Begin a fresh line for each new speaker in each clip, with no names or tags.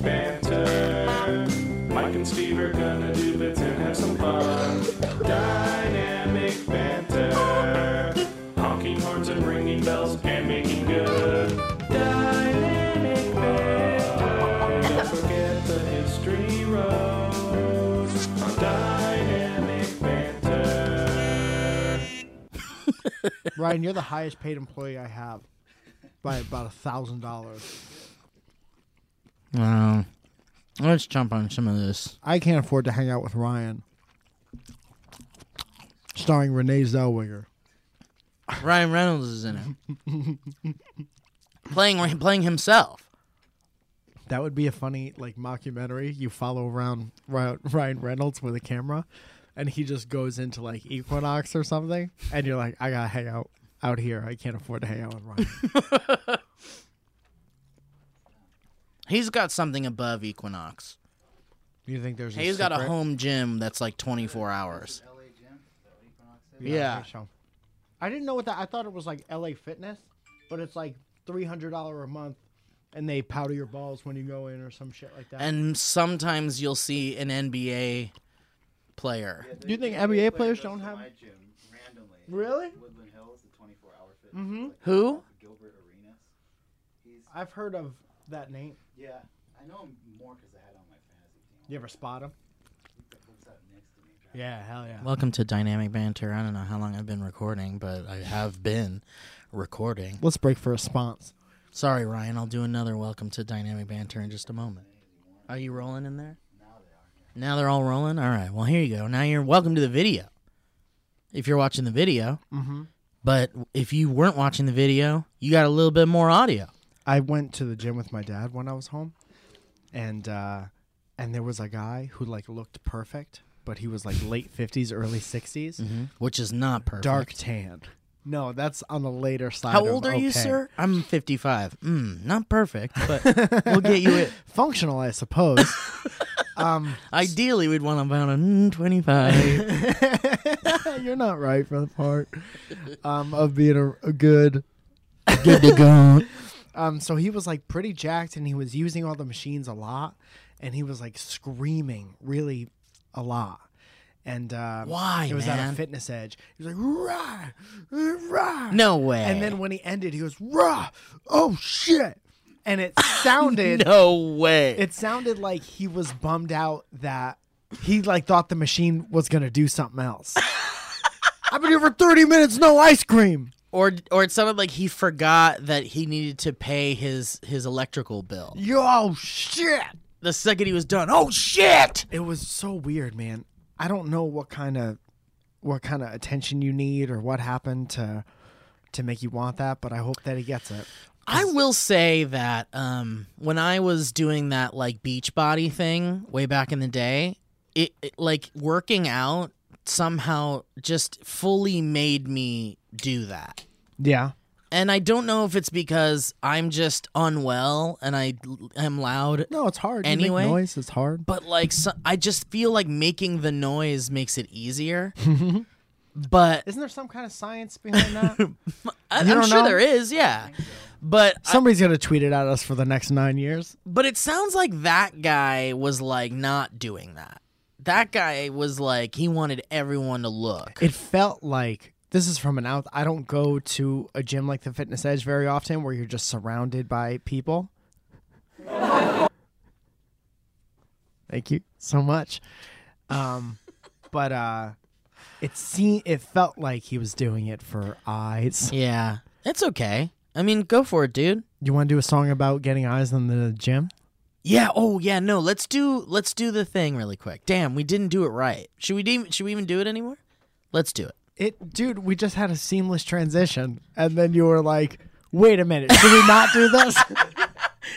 banter. Mike and Steve are gonna do bits and have some fun. Dynamic banter. Honking horns and ringing bells and making good. Dynamic banter. Don't forget the history road. On dynamic banter.
Ryan, you're the highest paid employee I have by about a thousand dollars.
Um, let's jump on some of this.
I can't afford to hang out with Ryan. Starring Renee Zellweger.
Ryan Reynolds is in it, playing playing himself.
That would be a funny like mockumentary. You follow around Ry- Ryan Reynolds with a camera, and he just goes into like Equinox or something, and you're like, I gotta hang out out here. I can't afford to hang out with Ryan.
He's got something above Equinox.
you think there's?
He's got a home gym that's like 24 hours. Yeah.
I didn't know what that. I thought it was like LA Fitness, but it's like three hundred dollar a month, and they powder your balls when you go in or some shit like that.
And sometimes you'll see an NBA player.
Do you think NBA players don't have?
my gym randomly.
Really?
Woodland Hills, the 24 hour fitness.
Mhm.
Like
Who?
Gilbert Arenas. He's
I've heard of that name.
yeah. I know him more because I had him on my fantasy team.
You ever spot him?
He lives up next to me.
Yeah, hell yeah.
Welcome to Dynamic Banter. I don't know how long I've been recording, but I have been recording.
Let's break for a sponsor.
Sorry, Ryan. I'll do another Welcome to Dynamic Banter in just a moment. Are you rolling in there? Now they're all rolling? All right. Well, here you go. Now you're welcome to the video. If you're watching the video. Mm-hmm. But if you weren't watching the video, you got a little bit more audio.
I went to the gym with my dad when I was home, and uh, and there was a guy who like looked perfect, but he was like late fifties, early 60s
Which is not perfect.
dark tan. No, that's on the later side.
How
of
old are you,
okay.
sir? I'm 55. Mm, not perfect, but we'll get you it.
Functional, I suppose. um,
Ideally, we'd want about a mm, 25.
you're not right for the part um, of being a, a good
Good to go.
Um, so he was like pretty jacked, and he was using all the machines a lot, and he was like screaming really a lot. And uh,
Why,
It was at
man?
a fitness edge. He was like, rah, rah.
No way.
And then when he ended, he goes, rah, oh shit, and it sounded,
no way.
it sounded like he was bummed out that he like thought the machine was gonna do something else. I've been here for thirty minutes, no ice cream.
or or it sounded like he forgot that he needed to pay his his electrical bill.
Yo, shit.
The second he was done, oh shit!
it was so weird man i don't know what kind of what kind of attention you need or what happened to to make you want that but i hope that he gets it
I will say that um, when I was doing that like beach body thing way back in the day, it, it like working out somehow just fully made me do that.
yeah
And I don't know if it's because I'm just unwell and I l- am loud
no it's hard
Anyway-
you make noise it's hard
but like so, I just feel like making the noise makes it easier. but
isn't there some kind of science behind that
I,
You
I'm
don't
sure
know?
there is, yeah. But I-
somebody's gonna tweet it at us for the next nine years
but it sounds like that guy was like not doing that. That guy was like he wanted everyone to look.
it felt like this is from an out i don't go to a gym like the fitness edge very often where you're just surrounded by people thank you so much um but uh it seemed it felt like he was doing it for eyes
yeah, it's okay. I mean, go for it, dude.
you want to do a song about getting eyes in the gym
Yeah. Oh, yeah. No, let's do let's do the thing really quick. Damn, we didn't do it right. Should we de- should we even do it anymore? Let's do it.
it dude we just had a seamless transition and then you were like wait a minute should we not do this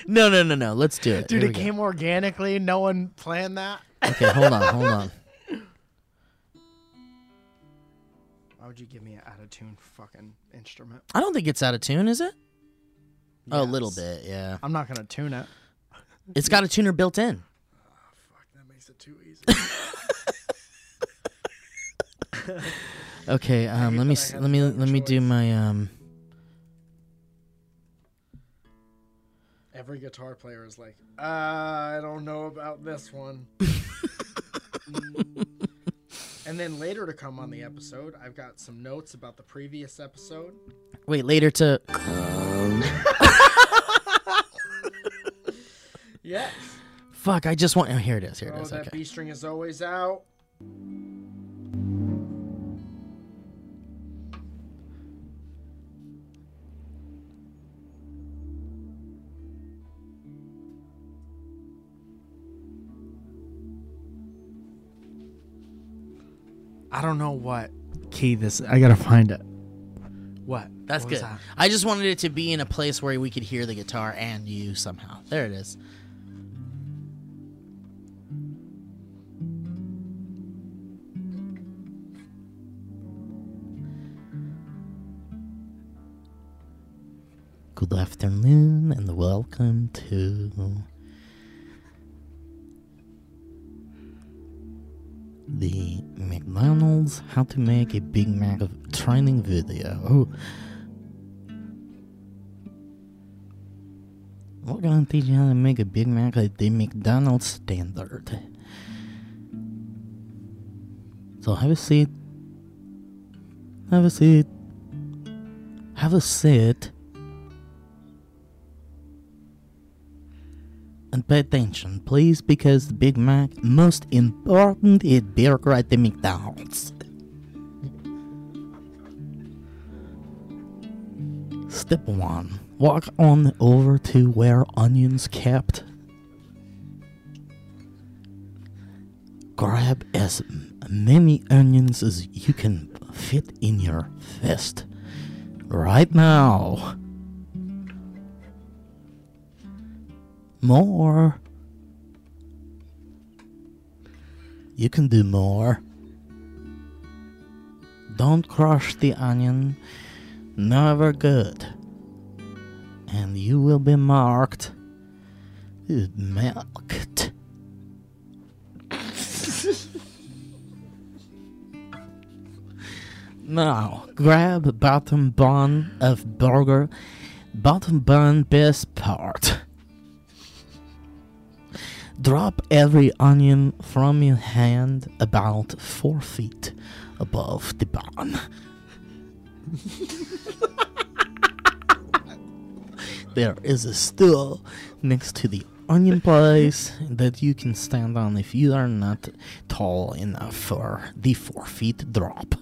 No, no, no, no. Let's do it.
dude
Here
it
we go.
came organically no one planned that
Okay, hold on, hold on.
Why would you give me an out of tune fucking instrument?
I don't think it's out of tune, is it? Oh, a little
Yes.
bit, yeah.
I'm not gonna tune it.
It's got a tuner built in.
Ah, That makes it too easy.
Okay, um, let me s- let me let me do my um
Every guitar player is like, "Ah, I don't know about this one. and then later to come on the episode, I've got some notes about the previous episode.
Wait, later to.
Yes.
Fuck, I just want. Oh, here it is. Here it
Oh,
is.
that
Okay.
B string is always out. I don't know what key this. I gotta find it. What?
That's
What was
good.
that?
I just wanted it to be in a place where we could hear the guitar and you somehow. There it is. Good afternoon and welcome to the McDonald's How to Make a Big Mac of Training video. Oh. We're gonna teach you how to make a Big Mac like the McDonald's standard. So have a seat. Have a seat. Have a seat. And pay attention, please, because the Big Mac most important is burger at the McDonald's. Step one: Walk on over to where onions kept. Grab as m- many onions as you can fit in your fist. Right now. More. You can do more. Don't crush the onion. Never good. And you will be marked. Milked. now, grab bottom bun of burger. Bottom bun best part. Drop every onion from your hand about four feet above the bun. there is a stool next to the onion place that you can stand on if you are not tall enough for the four feet drop.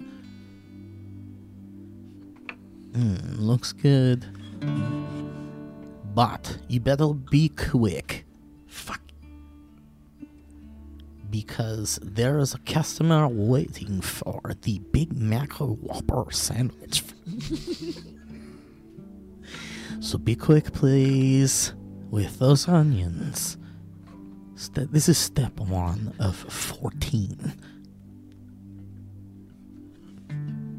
Mm, looks good. But you better be quick. Fuck. Because there is a customer waiting for the Big Mac Whopper sandwich. So be quick, please, with those onions. Ste- this is step one of 14.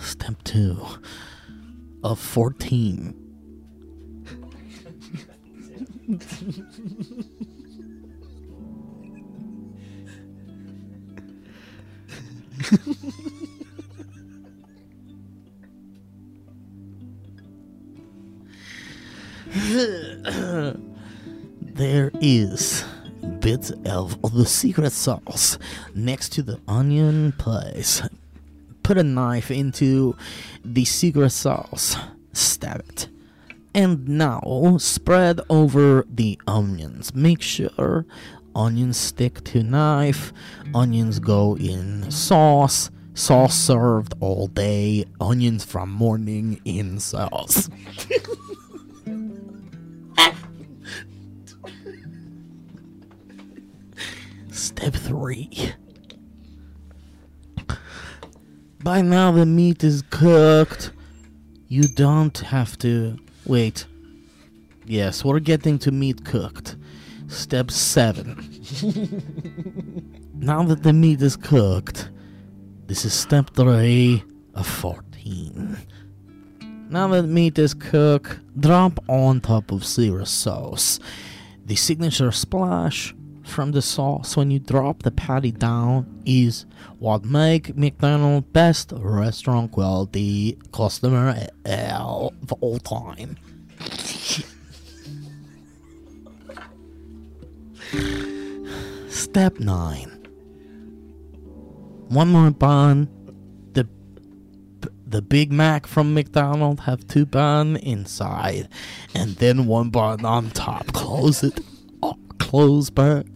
Step two of 14. there is bits of the secret sauce next to the onion pies. Put a knife into the secret sauce, stab it, and now spread over the onions. Make sure onions stick to knife, onions go in sauce, sauce served all day, onions from morning in sauce. Step three. By now the meat is cooked. You don't have to wait. Yes, we're getting to meat cooked. Step seven. now that the meat is cooked, this is step three of fourteen. Now that meat is cooked, drop on top of zero sauce the signature splash from the sauce when you drop the patty down is what make McDonald's best restaurant quality customer uh, of all time. Step nine. One more bun. The the Big Mac from McDonald's have two bun inside, and then one bun on top. Close it. Oh, close back.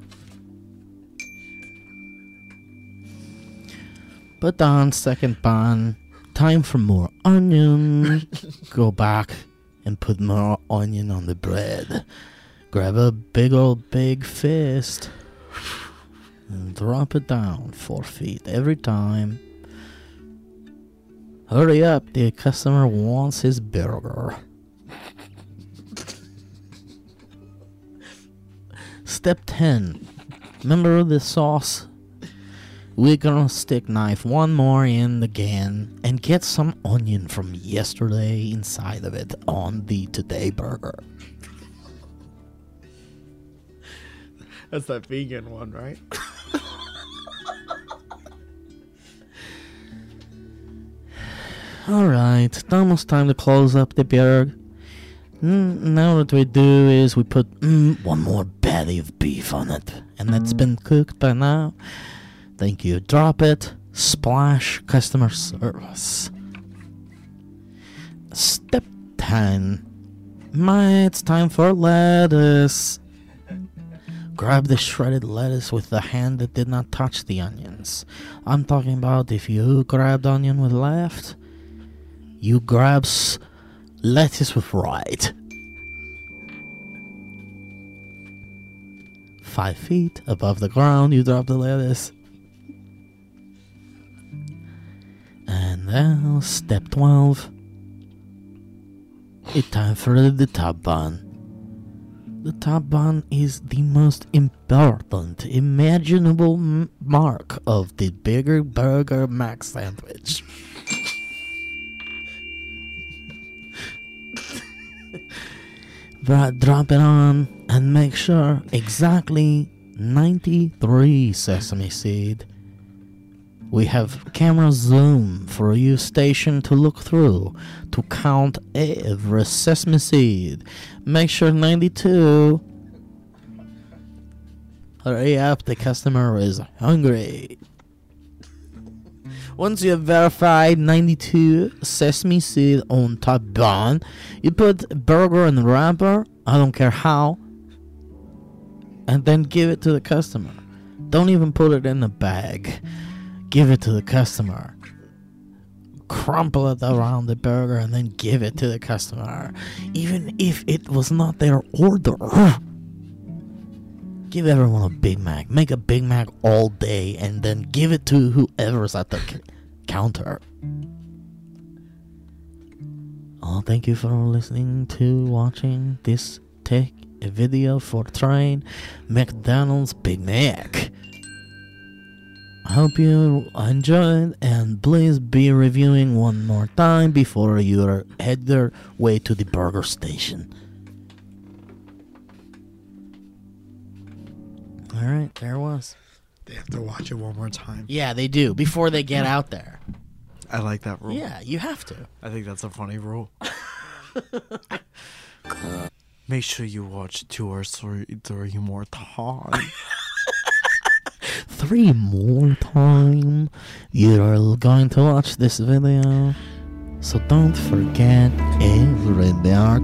Put on second bun. Time for more onion. Go back and put more onion on the bread. Grab a big old big fist and drop it down four feet every time. Hurry up, the customer wants his burger. Step 10. Remember the sauce? We're gonna stick knife one more in again and get some onion from yesterday inside of it on the today burger.
That's that vegan one, right?
Alright, it's almost time to close up the burger. Mm, now what we do is we put mm, one more patty of beef on it, and that's been cooked by now. Thank you. Drop it. Splash customer service. Step 10. My, it's time for lettuce. Grab the shredded lettuce with the hand that did not touch the onions. I'm talking about if you grabbed onion with left, you grab s- lettuce with right. Five feet above the ground, you drop the lettuce. And now, step 12. It's time for the top bun. The top bun is the most important imaginable m- mark of the Bigger Burger Mac sandwich. But drop it on and make sure exactly 93 sesame seed. We have camera zoom for you station to look through to count every sesame seed. Make sure 92. Hurry up, the customer is hungry. Once you have verified 92 sesame seed on top bun, you put burger and wrapper, I don't care how, and then give it to the customer. Don't even put it in the bag. Give it to the customer. Crumple it around the burger and then give it to the customer. Even if it was not their order. Give everyone a Big Mac. Make a Big Mac all day and then give it to whoever's at the c- counter. Oh, thank you for listening to watching this tech video for trying McDonald's Big Mac. I hope you enjoyed and please be reviewing one more time before you head your way to the burger station. All right, there was.
They have to watch it one more time.
Yeah, they do before they get out there.
I like that rule.
Yeah, you have to.
I think that's a funny rule. Make sure you watch two or three, three more times.
Three more time, you're going to watch this video, so don't forget every part.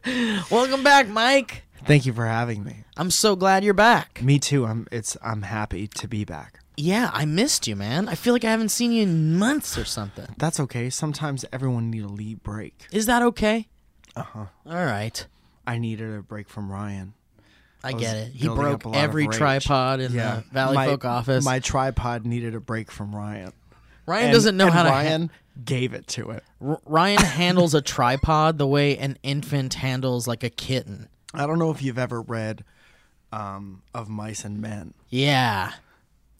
Welcome back, Mike.
Thank you for having me.
I'm so glad you're back.
Me too. I'm it's I'm happy to be back.
Yeah, I missed you, man. I feel like I haven't seen you in months or something.
That's okay. Sometimes everyone need a lee break.
Is that okay?
Uh-huh.
All right.
I needed a break from Ryan.
I,
was
get it. He
building
broke
up a lot of
every
rage.
tripod in the Valley
my,
Folk office.
My tripod needed a break from Ryan.
Ryan doesn't know
and
how to. ha-
Ryan gave it to it.
R- Ryan handles a tripod the way an infant handles like a kitten.
I don't know if you've ever read um, of mice and men.
Yeah.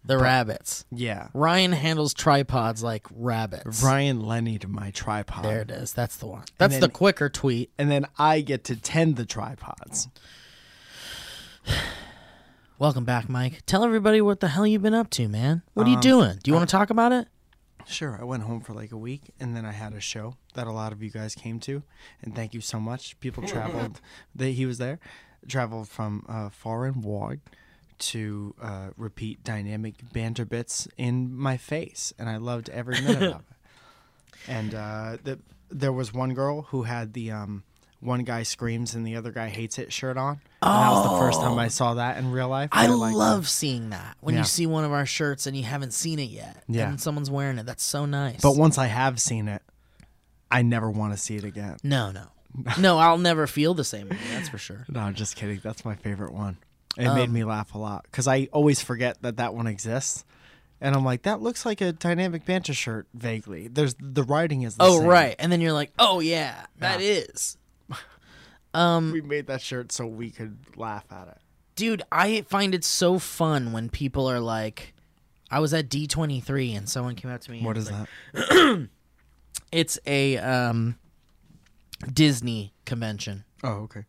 The rabbits.
Yeah.
Ryan handles tripods like rabbits.
Ryan Lenny to my tripod.
There it is. That's the one. That's
then-
the quicker tweet.
And then I get to tend the tripods.
Welcome back, Mike. Tell everybody what the hell you've been up to, man. What are you
Um,
doing? Do you want to talk about it?
Sure, I went home for like a week and then I had a show that a lot of you guys came to. And thank you so much. People traveled, that he was there, traveled from uh, far and wide to uh, repeat dynamic banter bits in my face. And I loved every minute of it. And uh, the, there was one girl who had the um, one guy screams and the other guy hates it shirt on. And that was the first time I saw that in real life.
I
and liked it.
love seeing that when
Yeah.
you see one of our shirts and you haven't seen it yet,
Yeah.
and someone's wearing it. That's so nice.
But once I have seen it, I never want to see it again.
no, no, no, I'll never feel the same. Way, that's for sure.
No, I'm just kidding. That's my favorite one. It made me laugh a lot because I always forget that that one exists, and I'm like, that looks like a dynamic banter shirt vaguely. There's the writing is. The
Oh
same.
right, and then you're like, oh yeah, that is.
We made that shirt so we could laugh at it.
dude i find it so fun when people are like i was at d23 and someone came up to me and
What
was
is
like-
that?
it's a um, disney convention
Oh, okay.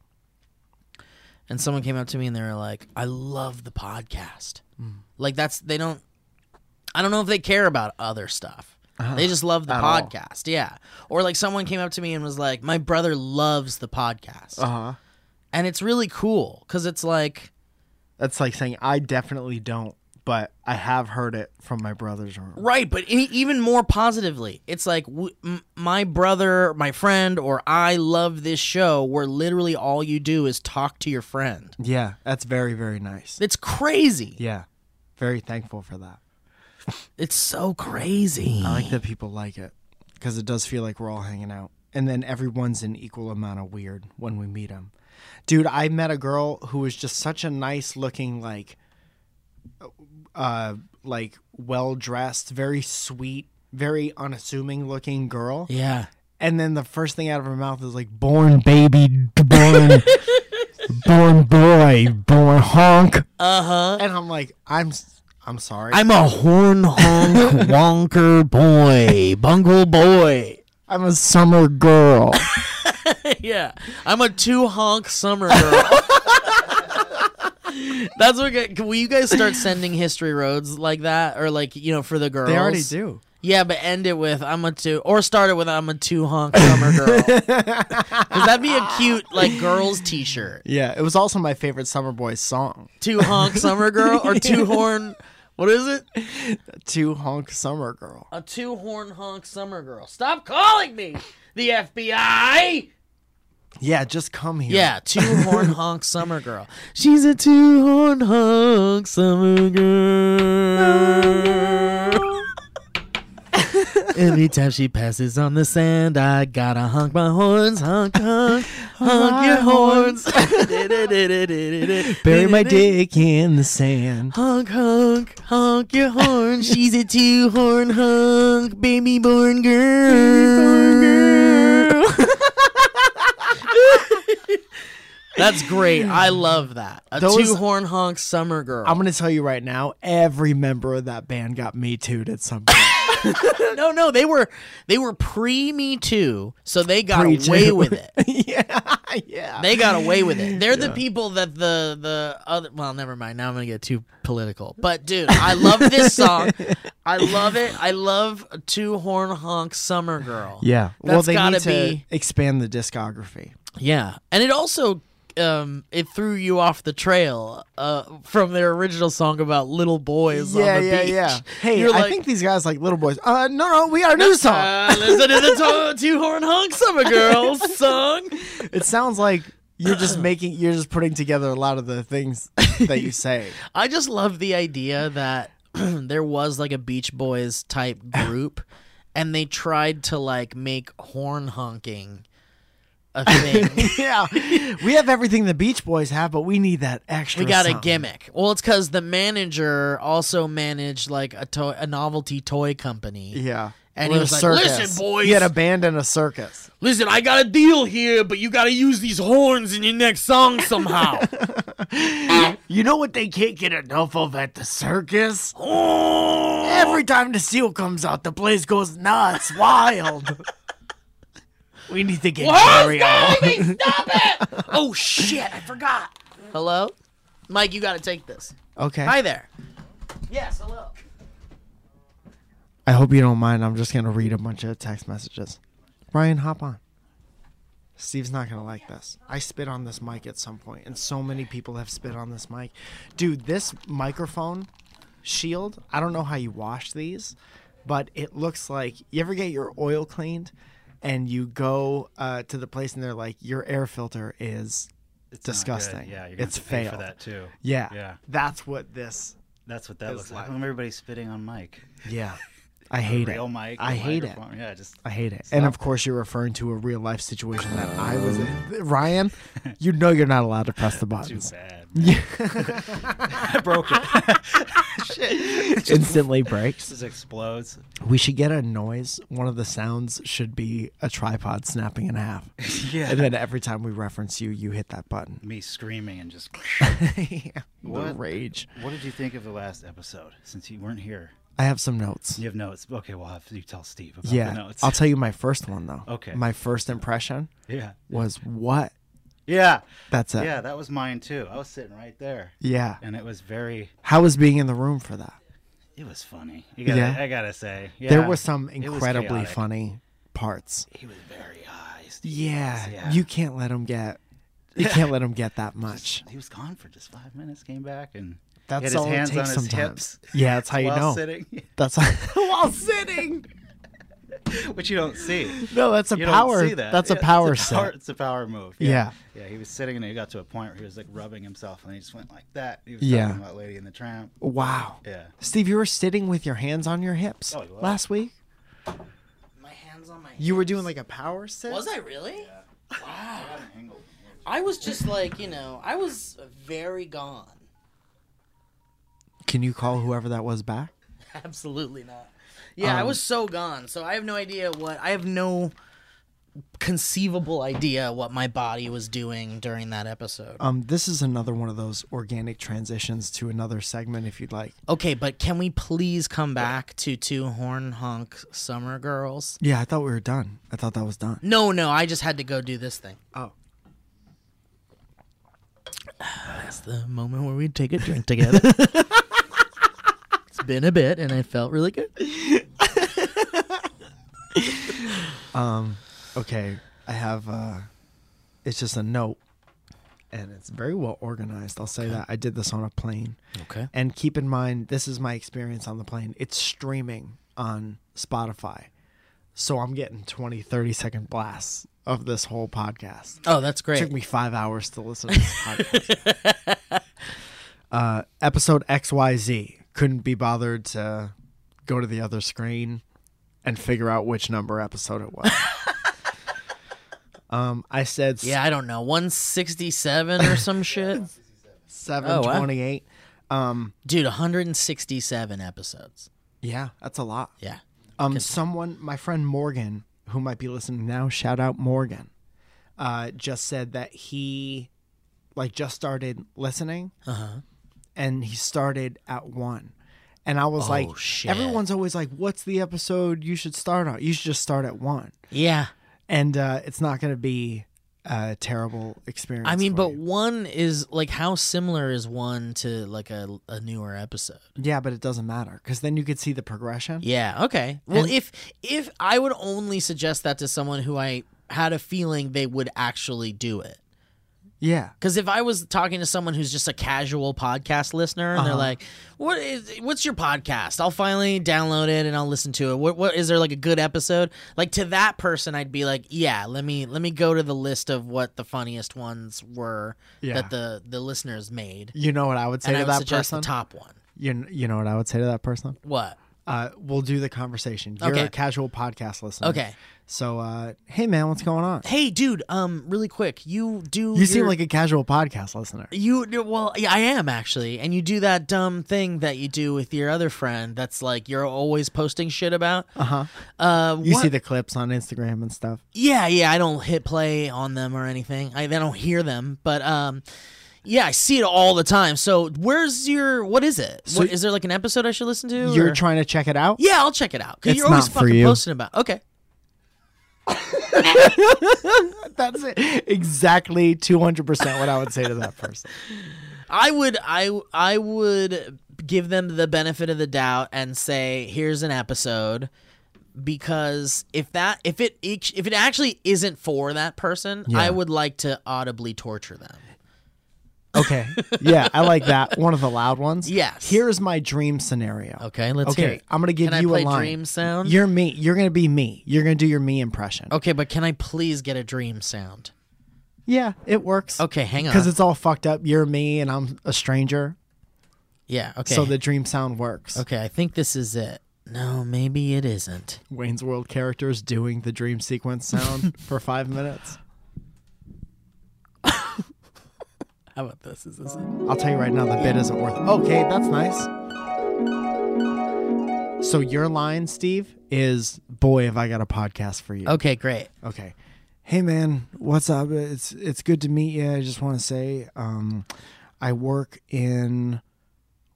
and someone came up to me and they were like i love the podcast
Hmm.
like that's they don't i don't know if they care about other stuff they just love the
Uh-huh. At all.
podcast yeah or like someone came up to me and was like my brother loves the podcast
Uh huh.
and it's really cool because it's like
That's like saying I definitely don't, but I have heard it from my brother's room.
Right, but e- even more positively, it's like w- m- my brother, my friend, or I love this show where literally all you do is talk to your friend.
Yeah, that's very very nice.
It's crazy.
Yeah, very thankful for that.
It's so crazy.
I like that people like it because it does feel like we're all hanging out. And then everyone's an equal amount of weird when we meet them. Dude, I met a girl who was just such a nice looking, like, uh, like well dressed, very sweet, very unassuming looking girl.
yeah.
And then the first thing out of her mouth is like, born baby, born, born boy, born honk.
Uh huh.
And I'm like, I'm, s- I'm sorry.
I'm a horn honk wonker boy, bungle boy.
I'm a summer girl.
yeah, I'm a two honk summer girl. That's what. get- Will you guys start sending history roads like that, or like you know for the girls?
they already do.
Yeah, but end it with I'm a two, or start it with I'm a two honk summer girl. Because that'd be a cute like girls T-shirt,
Yeah, it was also my favorite Summer Boys song.
two honk summer girl or two horn. What is it?
Two honk summer girl.
A two horn honk summer girl. Stop calling me the FBI.
Yeah, just come here.
Yeah, two horn honk summer girl. She's a two horn honk summer girl. Every time she passes on the sand, I gotta honk my horns, honk honk, honk your horns.
Bury my dick in the sand.
Honk honk, honk your horn. She's a two horn honk, baby born girl. That's great. I love that. A
Those-
two horn honk summer girl.
I'm gonna tell you right now, every member of that band got me too'd at some point.
no, no, they were they were pre Me Too, so they got
Pre-Too.
away with it.
yeah, yeah.
They got away with it. They're the people that the the other. Well, never mind. Now I'm gonna get too political. But dude, I love this song. I love it. I love Two Horn Honk Summer Girl.
yeah. well,
That's
they
gotta
need to
be-
expand the discography.
Yeah, and it also um it threw you off the trail uh from their original song about little boys on the beach.
Hey,
You're
I
like,
think these guys like Little Boys. Uh, no, no, we got a new song.
uh, listen to the two horn honk summer girl song.
it sounds like you're just making, you're just putting together a lot of the things that you say.
I just love the idea that there was like a Beach Boys type group and they tried to like make horn honking a thing.
yeah, we have everything the Beach Boys have, but we need that extra.
we got a
something.
gimmick. Well, it's cuz the manager also managed like a toy a novelty toy company.
Yeah,
And
We're
he was
a
like, "Listen, boys."
He had a band and a circus.
Listen, I got a deal here, but you got to use these horns in your next song somehow.
You know what they can't get enough of at the circus? Every time the seal comes out, the place goes nuts, wild. we need to get Jerry on.
oh shit, I forgot. Hello? Mike, you got to take this.
Okay.
Hi there. Yes, hello.
I hope you don't mind. I'm just gonna read a bunch of text messages. Brian, hop on. Steve's not gonna like this. I spit on this mic at some point, and so many people have spit on this mic. Dude, this microphone shield, I don't know how you wash these, but it looks like you ever get your oil cleaned and you go uh, to the place and they're like, your air filter is
It's not good.
disgusting.
Yeah, you're gonna
it's
have to pay for
failed.
that too.
Yeah.
Yeah.
That's what this
That's what that
It's
looks like.
like-
How come everybody's spitting on Mike.
Yeah. I hate
Real
it.
Mike.
I hate it.
it. Yeah, just
I hate it. and of course, you're referring to a real life situation that I was in. Ryan, you know you're not allowed to press the
Uh. too
buttons.
bad. man. I broke it.
Instantly breaks.
just explodes.
We should get a noise. One of the sounds should be a tripod snapping in half.
Yeah.
And then every time we reference you, you hit that button.
me screaming and just.
yeah. The
What?
rage.
what did you think of the last episode? Since you weren't here,
I have some notes.
you have notes. Okay, we'll have you tell Steve about
Yeah.
the notes.
I'll tell you my first one, though.
Okay.
My first impression
yeah.
was what?
Yeah.
That's it.
Yeah, that was mine too. I was sitting right there,
Yeah.
and it was very.
How was being in the room for that?
It was funny. You gotta,
Yeah.
I gotta say,
there
Yeah.
were some
It was
incredibly
chaotic.
funny parts.
He was very high. Steve.
Yeah,
Yeah.
you can't let him get. You can't let him get that much.
He was gone for just five minutes. Came back and
That's
he had his
all
hands
it takes
on his
sometimes.
hips.
Yeah, that's how you
while
know.
sitting,
That's how, while sitting.
which you don't see.
No, that's a
you
power.
Don't see that.
That's
Yeah,
a power
it's a power,
set.
It's a power move.
Yeah.
yeah. he was sitting and he got to a point where he was like rubbing himself and he just went like that. He was
Yeah.
talking about Lady in the Tramp.
Wow,
Yeah.
Steve, you were sitting with your hands on your hips
Oh, I was.
last week.
My hands on my.
You were doing like a power sit.
Was I really? Wow.
Got an angle.
I was just like, you know, I was very gone.
Can you call whoever that was back?
Absolutely not. Yeah, I
Um,
was so gone. So I have no idea what I have no conceivable idea what my body was doing during that episode.
Um, this is another one of those organic transitions to another segment, if you'd like.
Okay, but can we please come back to two horn honk summer girls?
Yeah, I thought we were done. I thought that was done.
No, no, I just had to go do this thing.
Oh.
That's the moment where we take a drink together. it's been a bit and it felt really good.
Um, okay, I have. Uh, it's just a note, and it's very well organized. I'll say that I did this on a plane,
Okay.
and keep in mind this is my experience on the plane. It's streaming on Spotify, so I'm getting 20, 30 second blasts of this whole podcast.
Oh, that's
It
great.
took me five hours to listen to this podcast. uh, episode XYZ. Couldn't be bothered to go to the other screen and figure out which number episode it was. um, I said
Yeah, I don't know. 167 or some shit. Oh,
728. um,
Dude, 167 episodes.
yeah, that's a lot.
Yeah.
Um, someone, my friend Morgan, who might be listening now, shout out Morgan, uh, just said that he, like, just started listening,
Uh-huh.
and he started at one, and I was
Oh,
like,
shit.
everyone's always like, what's the episode you should start on? You should just start at one,
Yeah.
and uh, it's not going to be a terrible experience.
I mean,
for
but
you.
one is like how similar is one to like a, a newer episode?
yeah, but it doesn't matter because then you could see the progression.
Yeah, okay. Well,
And-
if if I would only suggest that to someone who I had a feeling they would actually do it.
yeah.
Because if I was talking to someone who's just a casual podcast listener and they're
Uh-huh.
like, "What is what's your podcast?" I'll finally download it and I'll listen to it. What what is there like a good episode? Like to that person, I'd be like, "Yeah, let me let me go to the list of what the funniest ones were
Yeah.
that the the listeners made."
You know what I would say
and I
to
would
that
suggest
person?
the top one.
you, you know what I would say to that person?
What?
Uh, we'll do the conversation. You're
Okay.
a casual podcast listener.
Okay.
So, uh, hey man, what's going on?
Hey, dude. Um, really quick, you do.
You seem
your-
like a casual podcast listener.
You well, yeah, I am actually, and you do that dumb thing that you do with your other friend. That's like you're always posting shit about.
Uh huh.
Uh,
You
what-
see the clips on Instagram and stuff.
yeah, yeah. I don't hit play on them or anything. I, I don't hear them, but um, yeah, I see it all the time. So where's your what is it?
So-
what, is there like an episode I should listen to?
You're
or-
trying to check it out.
yeah, I'll check it out because
It's
you're always
not for
fucking
you.
posting about. Okay,
That's it. exactly two hundred percent what I would say to that person.
I would I I would give them the benefit of the doubt and say here's an episode because if that if it if it actually isn't for that person,
Yeah.
I would like to audibly torture them.
Okay. Yeah, I like that. One of the loud ones.
Yes.
Here's my dream scenario.
Okay, let's hear
Okay,
it.
I'm gonna give
Can I
you
play
a line.
dream sound?
You're me. You're gonna be me. You're gonna do your me impression.
Okay, but can I please get a dream sound?
Yeah, it works.
Okay, hang on.
Because it's all fucked up. You're me, and I'm a stranger.
yeah, okay.
So the dream sound works.
okay, I think this is it. No, maybe it isn't.
Wayne's World characters doing the dream sequence sound for five minutes.
How about this? Is this it?
I'll tell you right now, the bit isn't worth. Okay, that's nice. So your line, Steve, is "Boy, have I got a podcast for you."
Okay, great.
Okay. Hey man, what's up? It's it's good to meet you. I just want to say, um, I work in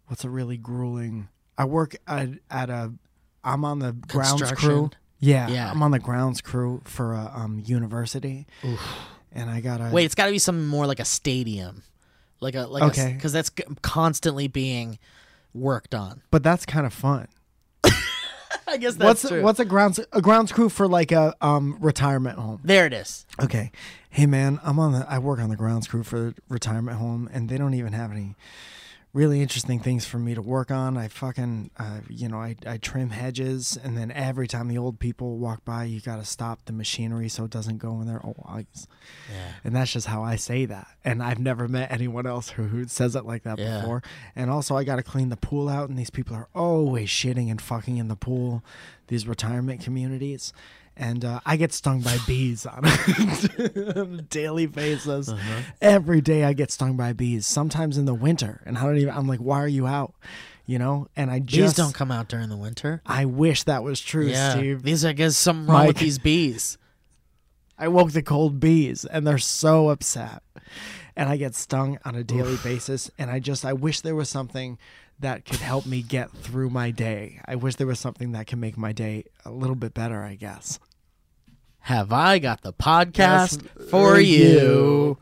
what's a really grueling. I work at, at a. I'm on the grounds crew.
Construction?
Yeah,
Yeah.
I'm on the grounds crew for a um, university, and I gotta
Wait, it's got to be something more like a stadium, like a like
Okay.
because that's c- constantly being worked on.
But that's kind of fun.
I guess that's
What's
true.
what's a grounds a grounds crew for like a um retirement home?
there it is.
Okay. Hey man, I'm on the I work on the grounds crew for retirement home and they don't even have any really interesting things for me to work on. I fucking uh, you know, I, I trim hedges and then every time the old people walk by you gotta stop the machinery so it doesn't go in their own eyes.
Yeah.
And that's just how I say that. And I've never met anyone else who, who says it like that
Yeah.
before. And also, I got to clean the pool out, and these people are always shitting and fucking in the pool, these retirement communities. And uh, I get stung by bees on a daily basis.
Uh-huh.
Every day I get stung by bees, sometimes in the winter. And I don't even, I'm like, why are you out? You know? And I
Bees
just,
don't come out during the winter.
I wish that was true,
Yeah,
Steve.
these I guess something wrong with
Mike.
these bees.
I woke the cold bees and they're so upset. And I get stung on a daily basis. And I just, I wish there was something that could help me get through my day. I wish there was something that can make my day a little bit better, I guess.
Have I got the podcast
Yes,
for
uh,
you?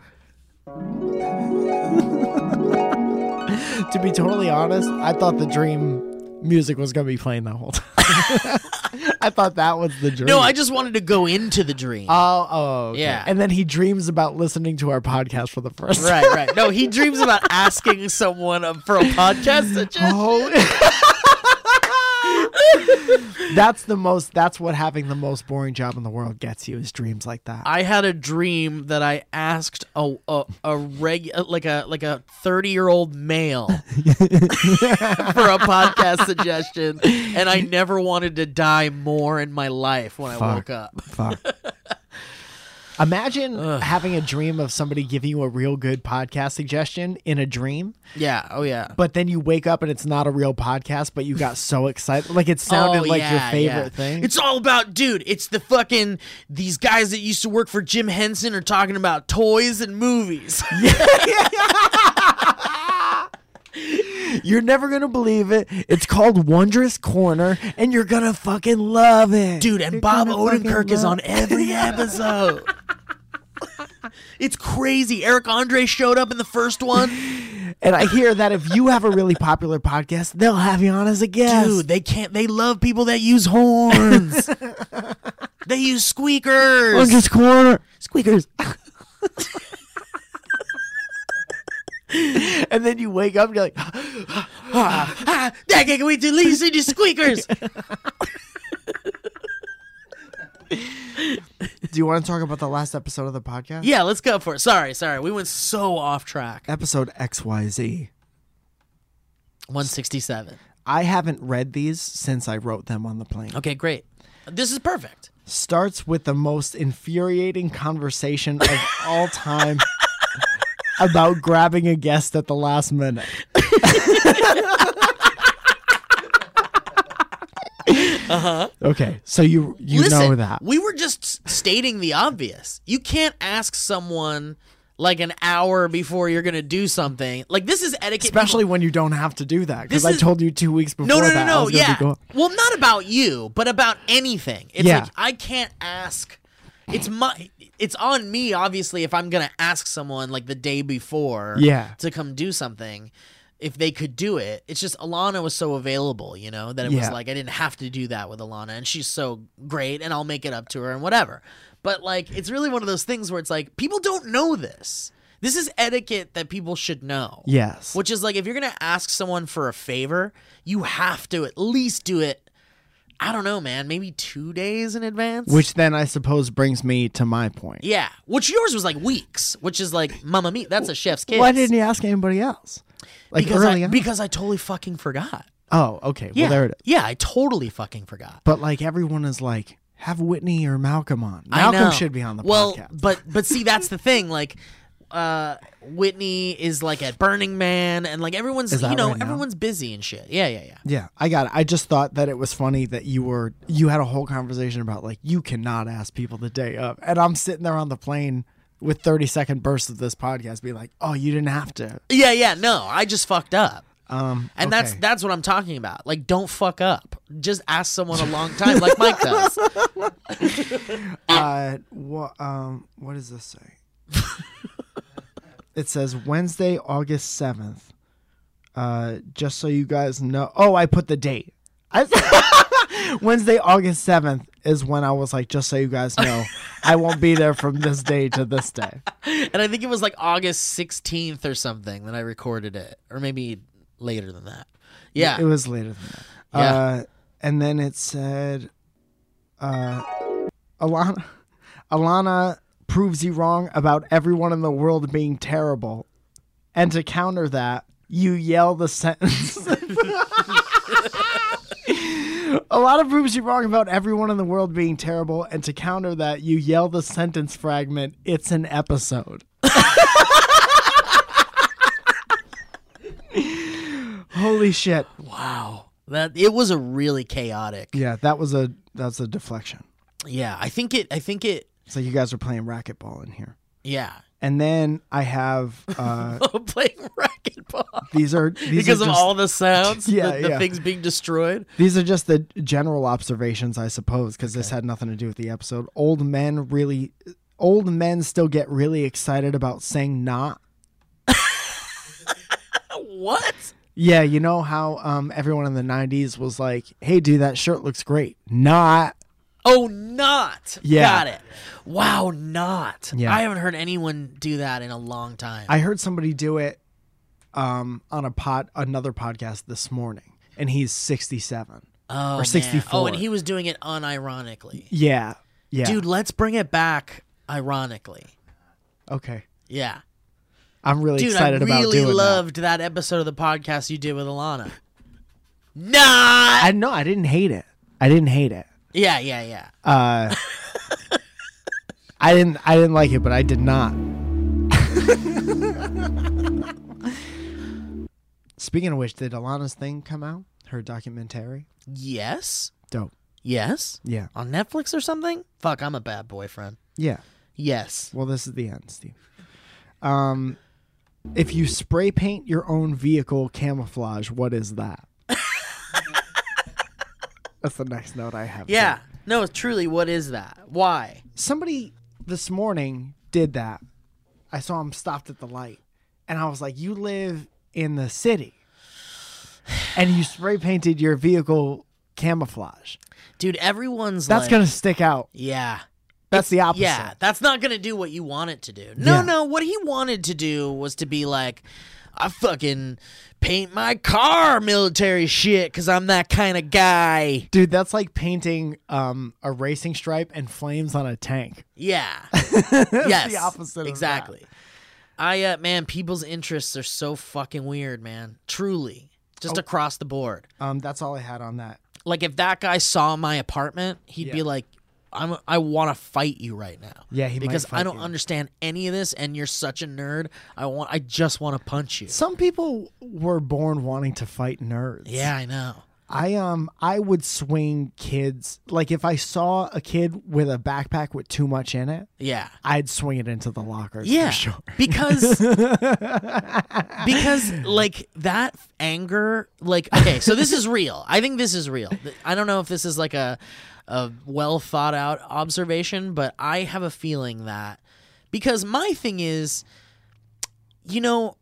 To be totally honest, I thought the dream music was going to be playing the whole time. I thought that was the dream.
No, I just wanted to go into the dream.
Oh, oh, okay.
Yeah.
And then he dreams about listening to our podcast for the first time.
right, right. No, he dreams about asking someone um, for a podcast suggestion.
Oh. that's the most. That's what having the most boring job in the world gets you is dreams like that.
I had a dream that I asked a a, a reg like a like a thirty year old male for a podcast suggestion, and I never wanted to die more in my life when I
Fuck.
woke up.
Fuck. Imagine having a dream of somebody giving you a real good podcast suggestion in a dream,
Yeah. Oh yeah.
but then you wake up and it's not a real podcast, but you got so excited, like it sounded
Oh,
like your
yeah,
favorite
yeah.
thing.
It's all about, dude. It's the fucking these guys that used to work for Jim Henson are talking about toys and movies.
you're never gonna believe it. It's called Wondrous Corner, and you're gonna fucking love it,
dude and
You're
bob
gonna fucking
odenkirk is
love
on every episode it's crazy eric andre showed up in the first one
And I hear that if you have a really popular podcast, they'll have you on as a guest.
dude they can't they love people that use horns they use squeakers
Longest corner squeakers. and then you wake up and you're like,
ah, that can we delete into squeakers
"Do you want to talk about the last episode of the podcast?
yeah let's go for it sorry sorry we went so off track
Episode XYZ.
167
I haven't read these since I wrote them on the plane.
okay great this is perfect
Starts with the most infuriating conversation of all time about grabbing a guest at the last minute.
uh-huh
Okay, so you you
Listen,
know that.
We were just s- stating the obvious. You can't ask someone like an hour before you're going to do something. Like this is etiquette.
Especially
people-
when you don't have to do that. Because
This
I
is-
told you two weeks before
No, no, no,
that. I
no.
was gonna be
Yeah.
going-
Well, not about you, but about anything. It's
Yeah.
like I can't ask it's my it's on me obviously if I'm gonna ask someone like the day before
Yeah.
to come do something if they could do it. It's just Alana was so available, you know, that it was
Yeah.
like I didn't have to do that with Alana and she's so great and I'll make it up to her and whatever. But like it's really one of those things where it's like people don't know this. This is etiquette that people should know.
Yes.
Which is like if you're gonna ask someone for a favor, you have to at least do it. I don't know, man. Maybe two days in advance.
Which then I suppose brings me to my point.
yeah, which yours was like weeks, which is like mama mia. That's a chef's kiss.
Why didn't you ask anybody else? Like
because
early
I,
on.
because I totally fucking forgot.
oh, okay.
Yeah,
Well, there it is.
yeah, I totally fucking forgot.
But like everyone is like, have Whitney or Malcolm on.
I
Malcolm
know.
should be on the
well,
podcast.
but but see, that's the thing. Like, uh, Whitney is like at Burning Man, and like everyone's
Is that
you know
right now?
everyone's busy and shit. Yeah, yeah, yeah.
Yeah, I got it. I just thought that it was funny that you were you had a whole conversation about like you cannot ask people the day of, and I'm sitting there on the plane with 30 second bursts of this podcast, be like, oh, you didn't have to.
Yeah, yeah. No, I just fucked up.
Um,
And that's
okay.
that's what I'm talking about. Like, don't fuck up. Just ask someone a long time, like Mike does.
Uh, what um, what does this say? it says Wednesday, August seventh. Uh, just so you guys know. Oh, I put the date. I, Wednesday, August seventh is when I was like, just so you guys know, I won't be there from this day to this day.
And I think it was like August 16th or something that I recorded it, or maybe later than that. Yeah,
It was later than that.
Yeah.
Uh, and then it said, uh, Alana, Alana proves you wrong about everyone in the world being terrible. And to counter that, you yell the sentence. Alana proves you wrong about everyone in the world being terrible. And to counter that, you yell the sentence fragment, it's an episode. Holy shit.
wow. That it was a really chaotic. Yeah.
Yeah, that was a that's a deflection.
I think it. I think it.
So you guys are playing racquetball in here.
Yeah,
And then I have uh
playing racquetball
these are these
because
are
of
just,
all the sounds.
Yeah,
the, the
yeah.
things being destroyed.
these are just the general observations I suppose cuz this had nothing to do with the episode. Old men really old men still get really excited about saying not.
What?
Yeah, you know how um everyone in the 90s was like, "Hey dude, that shirt looks great." Not
Oh, not.
Yeah.
Got it. Wow, not.
Yeah.
I haven't heard anyone do that in a long time.
I heard somebody do it um on a pod another podcast this morning and he's 67.
oh,
or
man.
64.
Oh, and he was doing it unironically.
Yeah. Yeah.
Dude, let's bring it back ironically.
Okay.
Yeah.
I'm really
Dude,
excited
I
about
really
doing that.
loved that. episode of the podcast you did with Alana. Nah.
I no, I didn't hate it. I didn't hate it.
Yeah, yeah, yeah.
Uh, I didn't. I didn't like it, but I did not. Speaking of which, did Alana's thing come out? Her documentary.
Yes.
Dope.
Yes.
Yeah.
On Netflix or something? Fuck, I'm a bad boyfriend.
Yeah.
Yes.
Well, this is the end, Steve. Um, if you spray paint your own vehicle camouflage, what is that? That's the next note I have.
Yeah. No, truly, what is that? Why?
somebody this morning did that. I saw him stopped at the light, and I was like, "You live in the city, and you spray painted your vehicle camouflage.
Dude, everyone's
That's
like,
gonna stick out.
Yeah.
That's the opposite."
Yeah, that's not gonna do what you want it to do. No,
Yeah.
no, what he wanted to do was to be like, I fucking paint my car military shit because I'm that kind of guy.
Dude, that's like painting um, a racing stripe and flames on a tank.
Yeah.
That's
yes.
the opposite. of that.
Exactly. I uh, man, people's interests are so fucking weird, man. Truly,
Oh.
just across the board.
Um, that's all I had on that.
Like if that guy saw my apartment, he'd be
Yeah.
like, "I'm I want to fight you right now."
Yeah, he might
because I
fight
don't
you.
understand any of this, and you're such a nerd. I want I just want to punch you.
Some people were born wanting to fight nerds.
Yeah, I know.
I um I would swing kids like if I saw a kid with a backpack with too much in it,
Yeah.
I'd swing it into the lockers
Yeah,
for sure.
because because like that f- anger, like okay, so this is real. I think this is real. Th- I don't know if this is like a a well thought out observation, but I have a feeling that because my thing is, you know,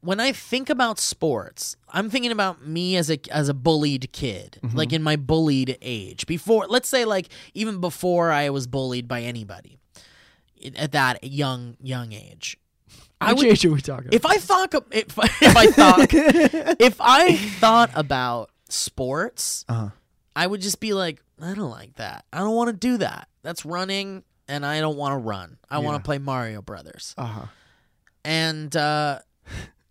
when I think about sports, I'm thinking about me as a as a bullied kid,
Mm-hmm.
like in my bullied age. Before, let's say, like even before I was bullied by anybody, i- at that young young age, I
Which
would
age are we talking?
if I thought ab- if, if I thought if I thought about sports,
Uh-huh.
I would just be like, I don't like that. I don't want to do that. That's running, and I don't want to run. I want
Yeah.
to play Mario Brothers,
uh huh.
and uh,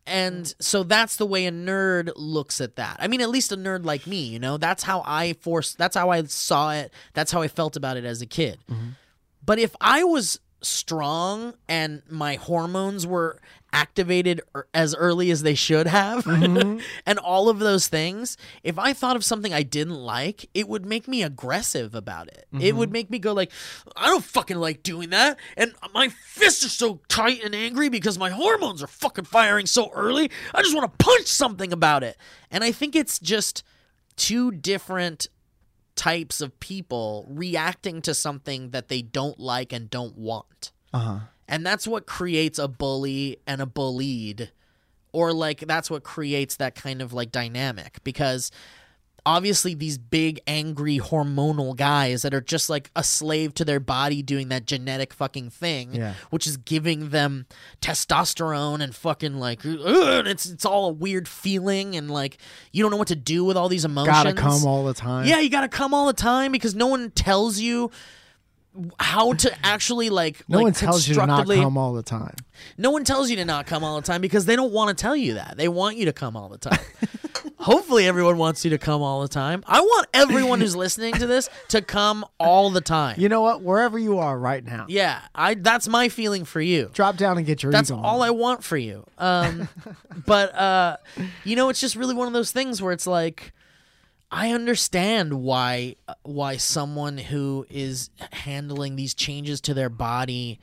and so that's the way a nerd looks at that. I mean, at least a nerd like me, you know, that's how I forced. That's how I saw it. That's how I felt about it as a kid. But if I was strong and my hormones were activated er- as early as they should have and all of those things if i thought of something i didn't like it would make me aggressive about it it would make me go like i don't fucking like doing that and my fists are so tight and angry because my hormones are fucking firing so early i just want to punch something about it and i think it's just two different types of people reacting to something that they don't like and don't want.
Uh huh.
And that's what creates a bully and a bullied or like that's what creates that kind of like dynamic because obviously these big angry hormonal guys that are just like a slave to their body doing that genetic fucking thing
Yeah.
which is giving them testosterone and fucking like "Ugh," and it's it's all a weird feeling and like you don't know what to do with all these emotions
Gotta come all the time.
yeah, you gotta come all the time because no one tells you how to actually like.
No
like,
one tells you to not
constructively-
come all the time.
No one tells you to not come all the time because they don't want to tell you that. They want you to come all the time. Hopefully, everyone wants you to come all the time. I want everyone who's listening to this to come all the time.
You know what? Wherever you are right now,
yeah, I. That's my feeling for you.
drop down and get your
That's
ego.
all
on.
I want for you. Um, but uh, you know, it's just really one of those things where it's like, I understand why uh, why someone who is handling these changes to their body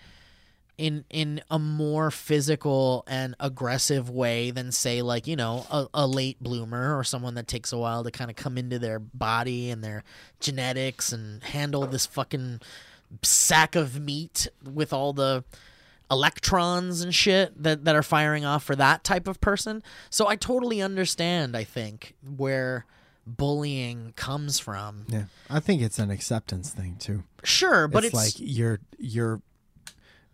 in in a more physical and aggressive way than say like you know a, a late bloomer or someone that takes a while to kind of come into their body and their genetics and handle this fucking sack of meat with all the electrons and shit that, that are firing off for that type of person. So I totally understand, I think, where bullying comes from.
Yeah, I think it's an acceptance thing too.
Sure, but it's,
like you're you're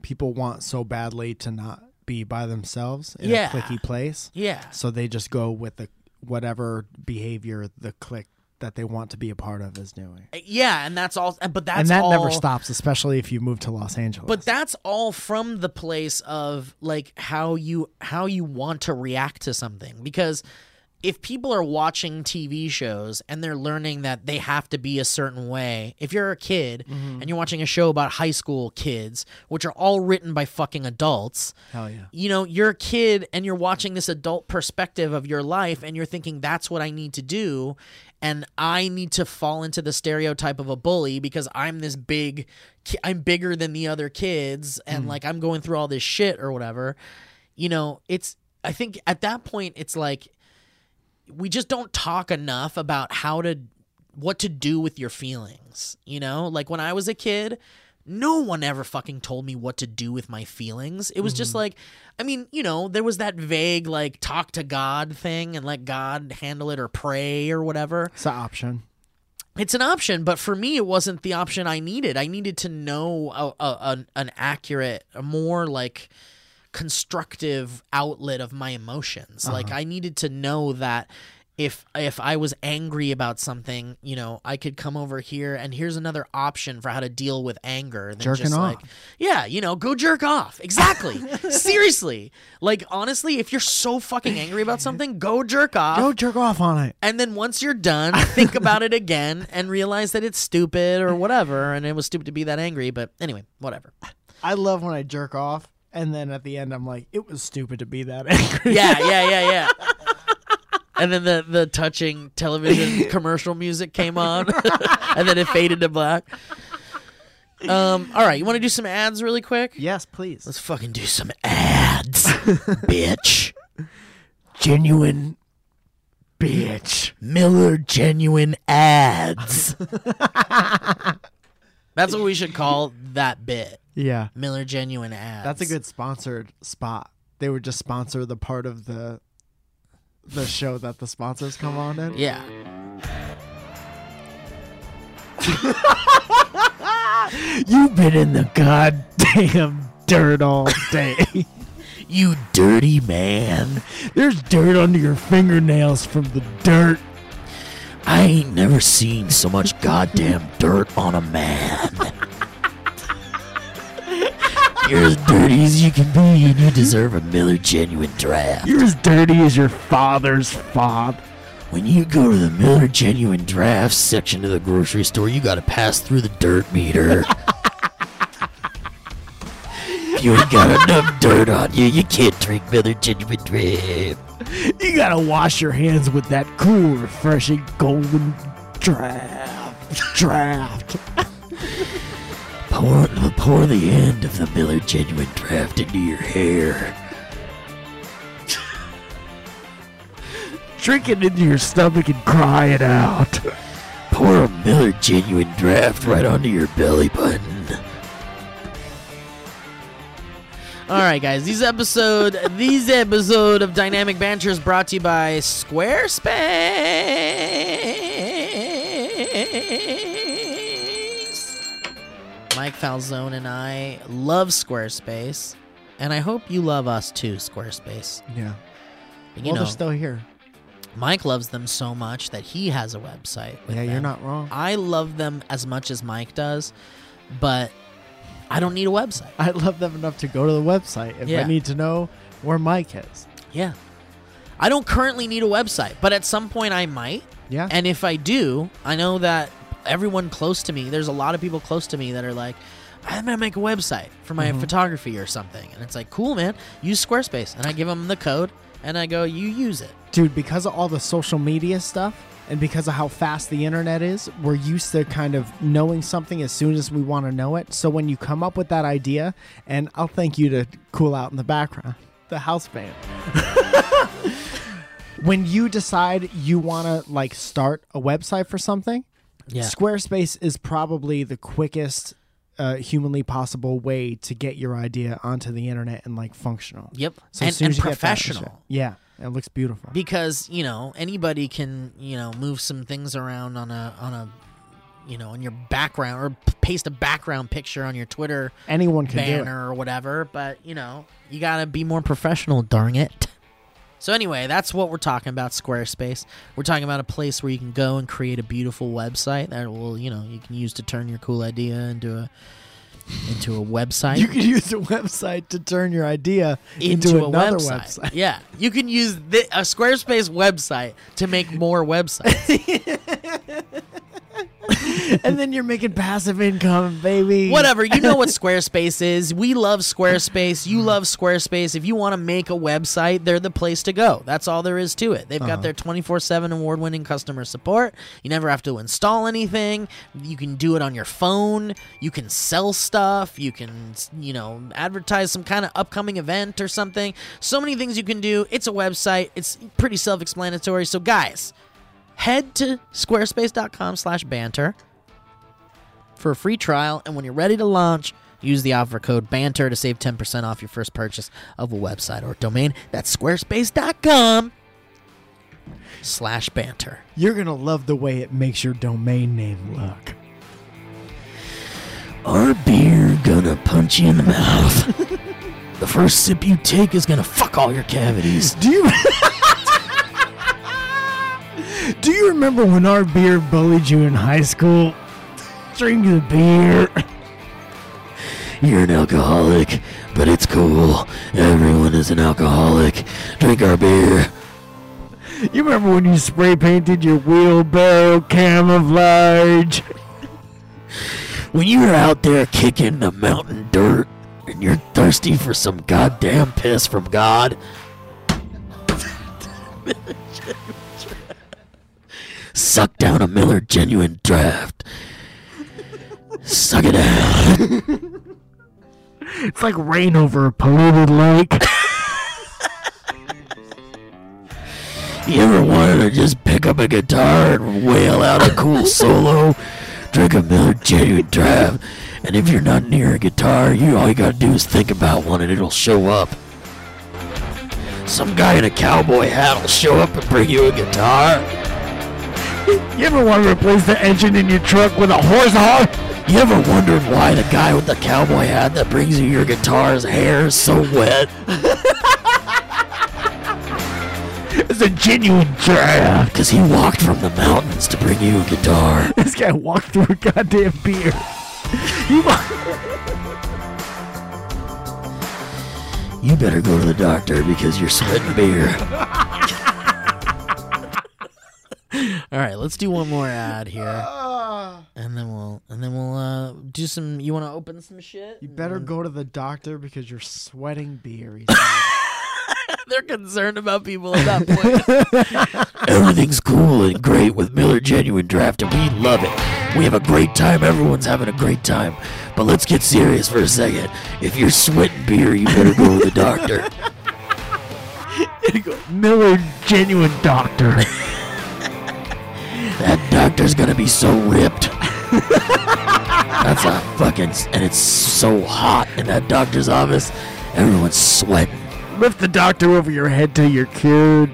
people want so badly to not be by themselves in
Yeah.
a clicky place,
yeah.
so they just go with the whatever behavior the click that they want to be a part of is doing.
Yeah, and that's all but that's
and that
all,
never stops, especially if you move to Los Angeles.
But that's all from the place of like how you how you want to react to something because if people are watching TV shows and they're learning that they have to be a certain way, if you're a kid
Mm-hmm.
and you're watching a show about high school kids, which are all written by fucking adults,
hell yeah,
you know, you're a kid and you're watching this adult perspective of your life and you're thinking that's what I need to do and I need to fall into the stereotype of a bully because I'm this big ki- I'm bigger than the other kids and like I'm going through all this shit or whatever. You know, it's I think at that point it's like we just don't talk enough about how to what to do with your feelings you know like when i was a kid no one ever fucking told me what to do with my feelings it was just like i mean you know there was that vague like talk to god thing and let god handle it or pray or whatever
it's an option.
it's an option, but for me, it wasn't the option I needed. I needed to know a, a, an, an accurate, a more like constructive outlet of my emotions.
Uh-huh.
Like I needed to know that if if I was angry about something, you know, I could come over here and here's another option for how to deal with anger than
Jerking
just
off.
like yeah, you know, go jerk off. Exactly. Seriously. Like honestly, if you're so fucking angry about something, go jerk off.
Go jerk off on it.
And then once you're done, think about it again and realize that it's stupid or whatever. And it was stupid to be that angry, but anyway, whatever.
I love when I jerk off, and then at the end I'm like, it was stupid to be that angry.
Yeah, yeah, yeah, yeah. And then the, the touching television commercial music came on, and then it faded to black. Um, all right, you want to do some ads really quick?
yes, please.
Let's fucking do some ads, bitch.
genuine bitch.
Miller genuine ads. That's what we should call that bit.
Yeah.
Miller genuine ads.
That's a good sponsored spot. They would just sponsor the part of the the show that the sponsors come on in.
Yeah.
You've been in the goddamn dirt all day.
You dirty man.
There's dirt under your fingernails from the dirt.
I ain't never seen so much goddamn dirt on a man. You're as dirty as you can be, and you deserve a Miller Genuine draft.
You're as dirty as your father's father.
When you go to the Miller Genuine Draft section of the grocery store, you gotta pass through the dirt meter. if you ain't got enough dirt on you, you can't drink Miller Genuine Draft.
You gotta wash your hands with that cool, refreshing golden draft. Draft.
Pour, pour the end of the Miller Genuine Draft into your hair.
Drink it into your stomach and cry it out.
Pour a Miller Genuine Draft right onto your belly button. All right, guys. These episode, these episode of Dynamic Banter is brought to you by Squarespace. Mike Falzone and I love Squarespace, and I hope you love us too, Squarespace.
Yeah.
You
well,
know,
they're still here.
Mike loves them so much that he has a website. With
Yeah, you're
them.
not wrong.
I love them as much as Mike does, but I don't need a website.
I love them enough to go to the website if
Yeah.
I need to know where Mike is.
Yeah. I don't currently need a website, but at some point I might.
Yeah.
And if I do, I know that everyone close to me, there's a lot of people close to me that are like, I'm going to make a website for my
Mm-hmm.
photography or something. And it's like, cool, man, use Squarespace. And I give them the code and I go, you use it.
Dude, because of all the social media stuff and because of how fast the internet is, we're used to kind of knowing something as soon as we want to know it. So when you come up with that idea, and I'll thank you to cool out in the background, the house band. when you decide you want to like start a website for something,
Yeah.
Squarespace is probably the quickest uh, humanly possible way to get your idea onto the internet and like functional.
Yep.
So
and
as soon
and
as you get that shit-
professional.
yeah, it looks beautiful.
because you know anybody can you know move some things around on a on a you know on your background or p- paste a background picture on your Twitter
Anyone can do it.
banner or whatever. But you know you gotta be more professional. Darn it. So anyway, that's what we're talking about. Squarespace. We're talking about a place where you can go and create a beautiful website that will you know you can use to turn your cool idea into a into a website.
You can use a website to turn your idea into,
into, a
another
website.
website.
Yeah, you can use thi- a Squarespace website to make more websites.
and then you're making passive income, baby.
Whatever, you know what Squarespace is. We love Squarespace. You love Squarespace. If you want to make a website, they're the place to go. That's all there is to it. They've got their 24 7 award winning customer support. You never have to install anything. You can do it on your phone. You can sell stuff. You can, you know, advertise some kind of upcoming event or something. So many things you can do. It's a website, it's pretty self explanatory. So, guys, head to squarespace.com slash banter for a free trial and when you're ready to launch use the offer code banter to save 10% off your first purchase of a website or domain that's squarespace.com slash banter
You're gonna love the way it makes your domain name look.
our beer gonna punch you in the mouth the first sip you take is gonna fuck all your cavities
Do you Do you remember when our beer bullied you in high school? Drink the beer.
you're an alcoholic but it's cool everyone is an alcoholic drink our beer
You remember when you spray painted your wheelbarrow camouflage?
When you're out there kicking the mountain dirt and you're thirsty for some goddamn piss from God, suck down a Miller genuine draft. Suck it out.
It's like rain over a polluted lake.
You ever wanted to just pick up a guitar and wail out a cool solo? Drink a Miller Genuine Draft, and if you're not near a guitar, you all you gotta do is think about one, and it'll show up. Some guy in a cowboy hat will show up and bring you a guitar. You ever want to replace the engine in your truck with a horse hog? You ever wondered why the guy with the cowboy hat that brings you your guitar's hair is so wet? it's a genuine trap. Because he walked from the mountains to bring you a guitar.
This guy walked through a goddamn beer.
You better go to the doctor because you're sweating beer. All right, let's do one more ad here, and then we'll and then we'll uh, do some. You want to open some shit?
You better go to the doctor because you're sweating beer. He's
They're concerned about people at that point. Everything's cool and great with Miller Genuine Draft, and we love it. We have a great time. Everyone's having a great time. But let's get serious for a second. If you're sweating beer, you better go to the doctor.
Miller Genuine Doctor.
That doctor's gonna be so ripped. That's a fucking. And it's so hot in that doctor's office. Everyone's sweating.
Lift the doctor over your head till you're cured.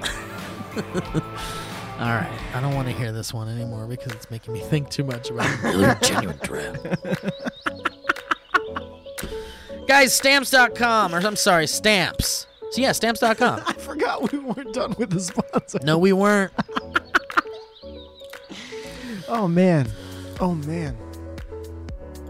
All right, I don't want to hear this one anymore because it's making me think too much about Miller Genuine Draft. Guys, stamps.com, or I'm sorry, stamps. So yeah, stamps.com.
I forgot we weren't done with the sponsor.
No, we weren't.
Oh man. Oh man.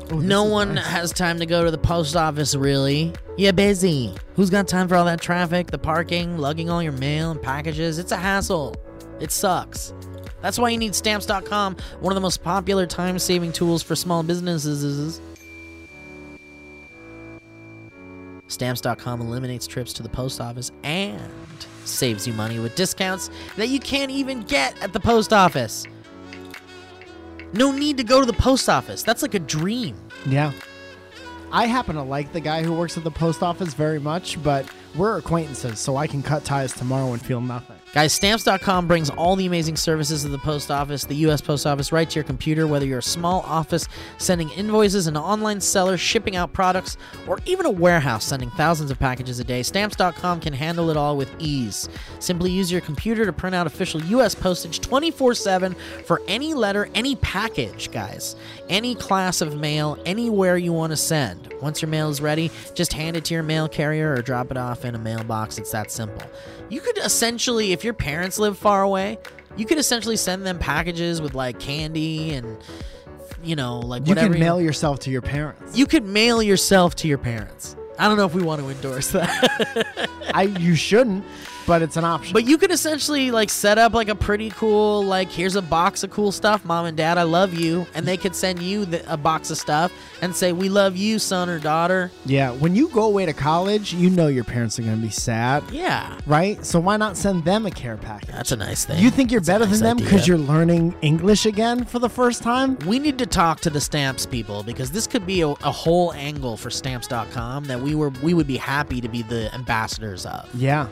Oh,
No
this is
one
nice.
has time to go to the post office, really. You're busy. Who's got time for all that traffic, the parking, lugging all your mail and packages? It's a hassle. It sucks. That's why you need stamps.com, one of the most popular time saving tools for small businesses. is- Stamps.com eliminates trips to the post office and saves you money with discounts that you can't even get at the post office. No need to go to the post office. That's like a dream.
Yeah. I happen to like the guy who works at the post office very much, but we're acquaintances, so I can cut ties tomorrow and feel nothing.
Guys, stamps.com brings all the amazing services of the post office, the U.S. Post Office, right to your computer, whether you're a small office sending invoices, an online seller shipping out products, or even a warehouse sending thousands of packages a day. Stamps.com can handle it all with ease. Simply use your computer to print out official U.S. postage 24 7 for any letter, any package, guys, any class of mail, anywhere you want to send. Once your mail is ready, just hand it to your mail carrier or drop it off in a mailbox. It's that simple. You could essentially, if your parents live far away, you could essentially send them packages with like candy and, you know, like
You
whatever.
can mail yourself to your parents.
you could mail yourself to your parents. I don't know if we want to endorse that.
I you shouldn't, but it's an option.
But you could essentially like set up like a pretty cool like here's a box of cool stuff, mom and dad, I love you, and they could send you the, a box of stuff and say we love you, son or daughter.
yeah, when you go away to college, you know your parents are going to be sad,
Yeah,
right? So why not send them a care package?
that's a nice thing.
you think you're
That's a
better
nice
than them
idea.
because you're learning English again for the first time?
We need to talk to the stamps people because this could be a, a whole angle for stamps.com that we were we would be happy to be the ambassadors of.
Yeah.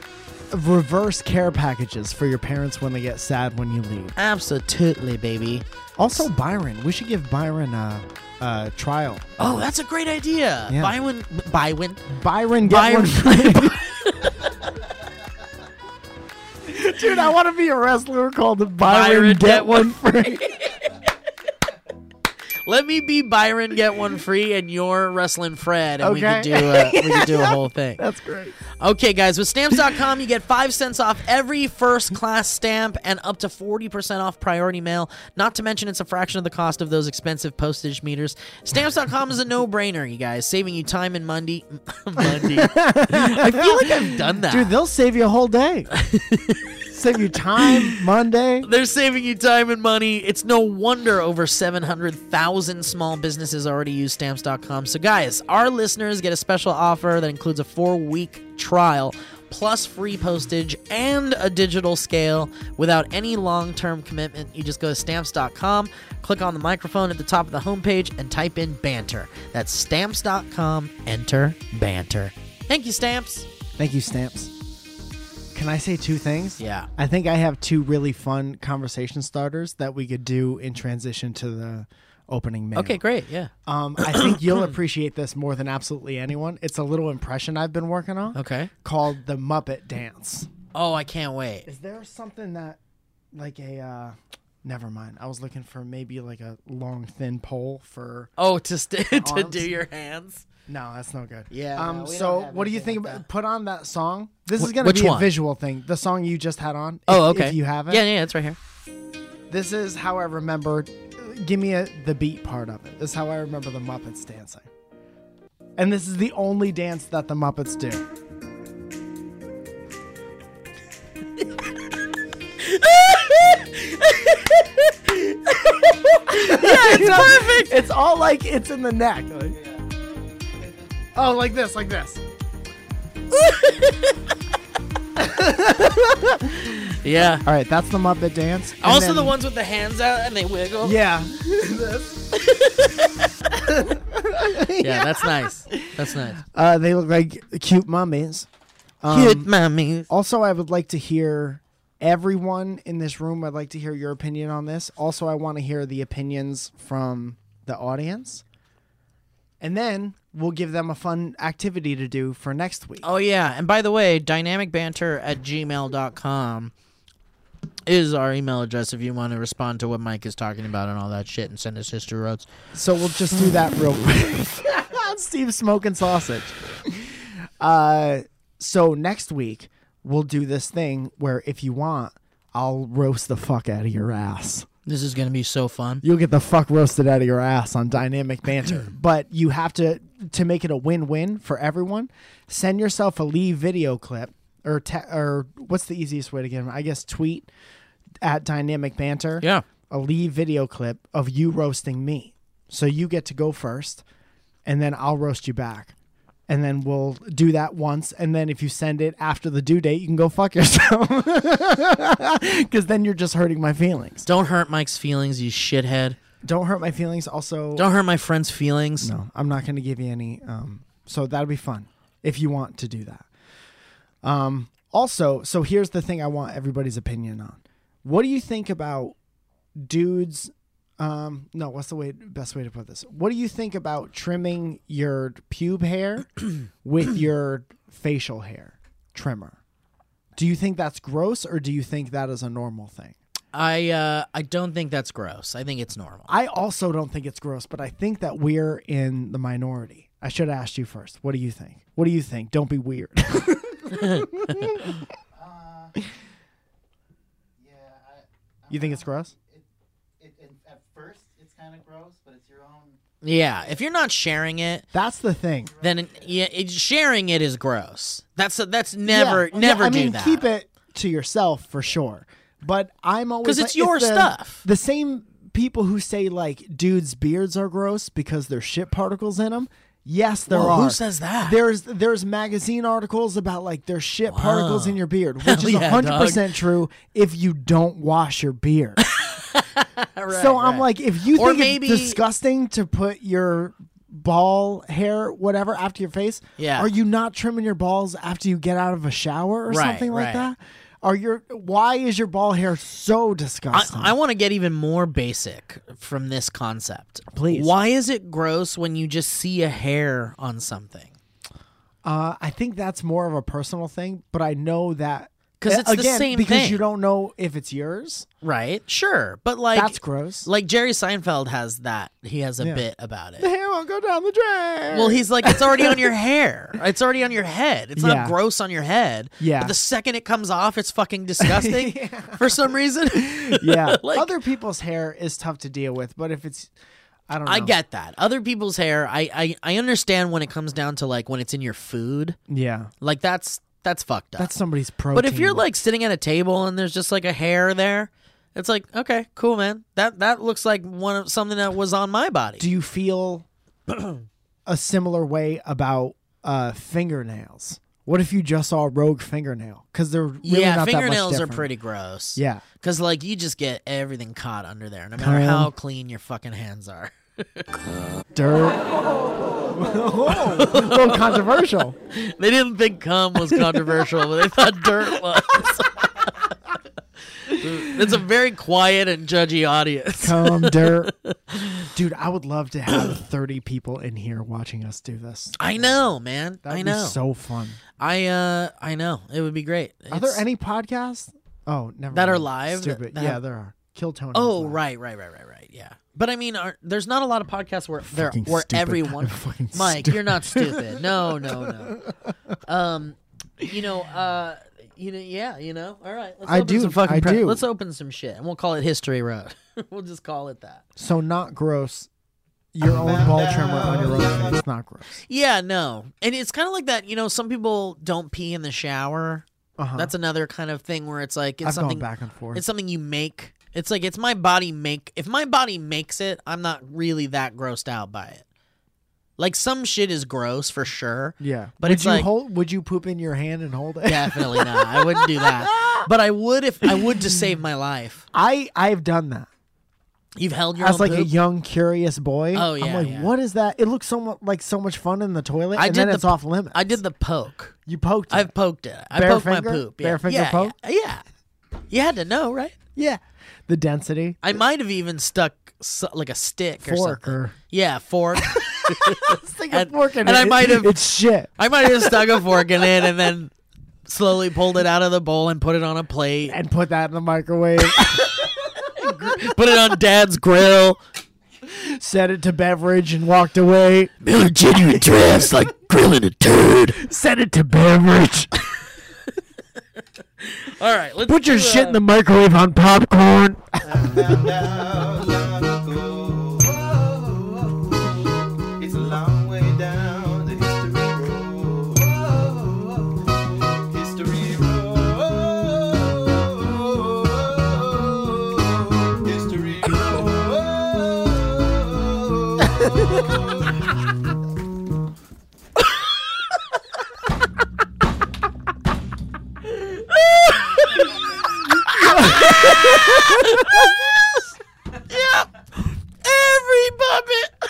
Reverse care packages for your parents when they get sad when you leave.
Absolutely, baby.
Also, Byron, we should give Byron a, a trial.
Oh, that's a great idea.
Yeah.
Buy one, buy one,
Byron, get
Byron-
one free. Dude, I want to be a wrestler called the Byron,
Byron,
get,
get
one free.
Let me be Byron, get one free, and you're wrestling Fred, and we could do
Okay.
a, we could do a whole thing.
That's great.
Okay, guys, with stamps.com, you get five cents off every first class stamp and up to 40% off priority mail. Not to mention, it's a fraction of the cost of those expensive postage meters. Stamps.com is a no brainer, you guys, saving you time and Monday. Monday. I feel like I've done that.
Dude, they'll save you a whole day. save you time, Monday.
They're saving you time and money. It's no wonder over 700,000 small businesses already use stamps.com. So, guys, our listeners get a special offer that includes a four week trial plus free postage and a digital scale without any long term commitment. You just go to stamps.com, click on the microphone at the top of the homepage, and type in banter. That's stamps.com. Enter banter. Thank you, Stamps.
Thank you, Stamps. Can I say two things?
Yeah.
I think I have two really fun conversation starters that we could do in transition to the opening mail.
Okay, great. Yeah.
Um, I think you'll appreciate this more than absolutely anyone. It's a little impression I've been working on
Okay.
called the Muppet Dance.
Oh, I can't wait.
Is there something that, like a, uh, never mind. I was looking for maybe like a long, thin pole for.
Oh, to st- to
Arms.
do your hands.
No, that's no good.
Yeah,
Um.
no, we
so,
don't have
what do you
anything
think?
like
about, Put on that song. This is
Wh-
gonna
which
be
one?
a visual thing. The song you just had on. if-
Oh, okay.
If you have it.
Yeah, yeah, it's right here.
This is how I remember. Give me a, the beat part of it. This is how I remember the Muppets dancing. And this is the only dance that the Muppets do. it's perfect. It's all like it's in the neck. Oh, like this, like this.
Yeah.
All right, that's the Muppet dance. And
also, the
then-
ones with the hands out and they wiggle.
Yeah.
yeah, that's nice. That's nice.
Uh, they look like cute mummies. Um,
Cute mummies.
Also, I would like to hear everyone in this room. I'd like to hear your opinion on this. Also, I want to hear the opinions from the audience. And then we'll give them a fun activity to do for next week.
Oh, yeah. And by the way, dynamicbanter at gmail.com is our email address if you want to respond to what Mike is talking about and all that shit and send us history roads.
So we'll just do that real quick. Steve's smoking sausage. Uh, so next week, we'll do this thing where if you want, I'll roast the fuck out of your ass.
This is going to be so fun.
you'll get the fuck roasted out of your ass on dynamic banter. but you have to to make it a win-win for everyone. Send yourself a leave video clip or te- or what's the easiest way to get them? I guess tweet at dynamic banter.
Yeah.
A leave video clip of you roasting me. So you get to go first and then I'll roast you back. And then we'll do that once. And then if you send it after the due date, you can go fuck yourself. Because then you're just hurting my feelings.
Don't hurt Mike's feelings, you shithead.
Don't hurt my feelings. Also,
Don't hurt my friend's feelings.
No, I'm not going to give you any. Um, so that'll be fun if you want to do that. Um, also, so here's the thing I want everybody's opinion on. What do you think about dudes? Um, no, what's the way best way to put this? What do you think about trimming your pube hair with your facial hair trimmer? Do you think that's gross or do you think that is a normal thing?
I uh, I don't think that's gross. I think it's normal.
I also don't think it's gross, but I think that we're in the minority. I should have asked you first. What do you think? What do you think? Don't be weird.
Uh, Yeah, I,
you think it's gross?
it, it, at first it's kind of gross, but it's your own.
Yeah, if you're not sharing it,
That's the thing.
then it- yeah, it, sharing it is gross. That's that's never
Yeah.
never
Yeah, I
do
mean,
that.
keep it to yourself for sure. But I'm always
'Cause
like-
it's your
the-
stuff.
The same people who say like dudes' beards are gross because there's shit particles in them. Yes, there
Whoa,
are.
who says that?
There's there's magazine articles about like there's shit particles in your beard, which is
yeah, dog.
100% true if you don't wash your beard. so I'm like, if you
Or
think
maybe-
it's disgusting to put your ball hair, whatever, after your face,
Yeah.
are you not trimming your balls after you get out of a shower or
Right,
something like that?
right.
Are your why is your ball hair so
I,
disgusting?
I want to get even more basic from this concept.
Please.
Why is it gross when you just see a hair on something?
uh, I think that's more of a personal thing, but I know that
'Cause
a-
it's the
again,
same
because
thing.
you don't know if it's yours.
Right? Sure, but like
that's gross.
Like Jerry Seinfeld has that. He has a bit about it.
the hair won't go down the drain.
Well, he's like, it's already on your hair. It's already on your head. It's
Yeah.
not gross on your head.
Yeah.
But the second it comes off, it's fucking disgusting for some reason.
yeah.
like-
Other people's hair is tough to deal with, but if it's, I don't. know.
I get that. Other people's hair, I, I, I understand when it comes down to like when it's in your food.
Yeah,
Like that's that's fucked up.
that's somebody's protein.
but if you're like sitting at a table and there's just like a hair there, it's like, okay, cool man. That that looks like one of something that was on my body.
do you feel a similar way about uh, fingernails? What if you just saw a rogue fingernail? Because they're really
yeah,
not that much
fingernails are
different.
pretty gross.
Yeah,
Cause like you just get everything caught under there, no matter
Cum.
how clean your fucking hands are.
Dirt. oh, a little controversial.
They didn't think cum was controversial, but they thought dirt was. it's a very quiet and judgy audience.
Come dirt. Dude, I would love to have 30 people in here watching us do this.
I know, man.
That'd be
I know.
so fun.
I uh, I know. It would be great.
Are there
It's-
any podcasts? Oh, never
That are
mind.
live that-
Stupid.
that
yeah,
have-
there are. Kill Tony. is
Oh,
live.
right, right, right, right, right. Yeah. But I mean, are, there's not a lot of podcasts where there
Fucking
where
stupid.
everyone.
I'm fucking
Mike,
stupid.
you're not stupid. No, no, no. Um, you know, uh, you know, yeah, you know. All right, let's
I
open
do,
some fucking.
I
pre-
do.
Let's open some shit, and we'll call it History Road. we'll just call it that.
So not gross. Your own ball trimmer on your own face. Not gross.
Yeah, no, and it's kind of like that. You know, some people don't pee in the shower.
Uh-huh.
That's another kind of thing where it's like it's
I've
something
gone back and forth.
It's something you make. It's like it's my body make. If my body makes it, I'm not really that grossed out by it. Like some shit is gross for sure.
yeah,
but
would
it's
you
like-
hold? Would you poop in your hand and hold it?
Definitely not. I wouldn't do that. But I would if I would to save my life.
I I've done that
You've held your
as
own
like a
poop?
young curious boy.
Oh,
I'm
yeah,
like,
yeah.
what is that? It looks so much like so much fun in the toilet,
I
and
did
then
the-
it's off limits.
I did the poke.
You poked. it.
I've poked it. I
Bare
poked
finger?
my poop. Yeah.
Bare finger
yeah,
poke?
Yeah, yeah. You had to know, right?
yeah, the density
I might have even stuck so, like a stick or
fork
something.
or
Yeah, fork.
Stick a
And-
fork in
and
it.
I might have-
It's shit.
I might have stuck a fork in it and then slowly pulled it out of the bowl and put it on a plate.
And put that in the microwave.
Put it on Dad's grill.
set it to beverage and walked away.
Miller Genuine dress like grilling a turd.
Set it to beverage.
All right, let's
Put your shit in the microwave on popcorn.
It's a long way down the history road. History road. History road.
every puppet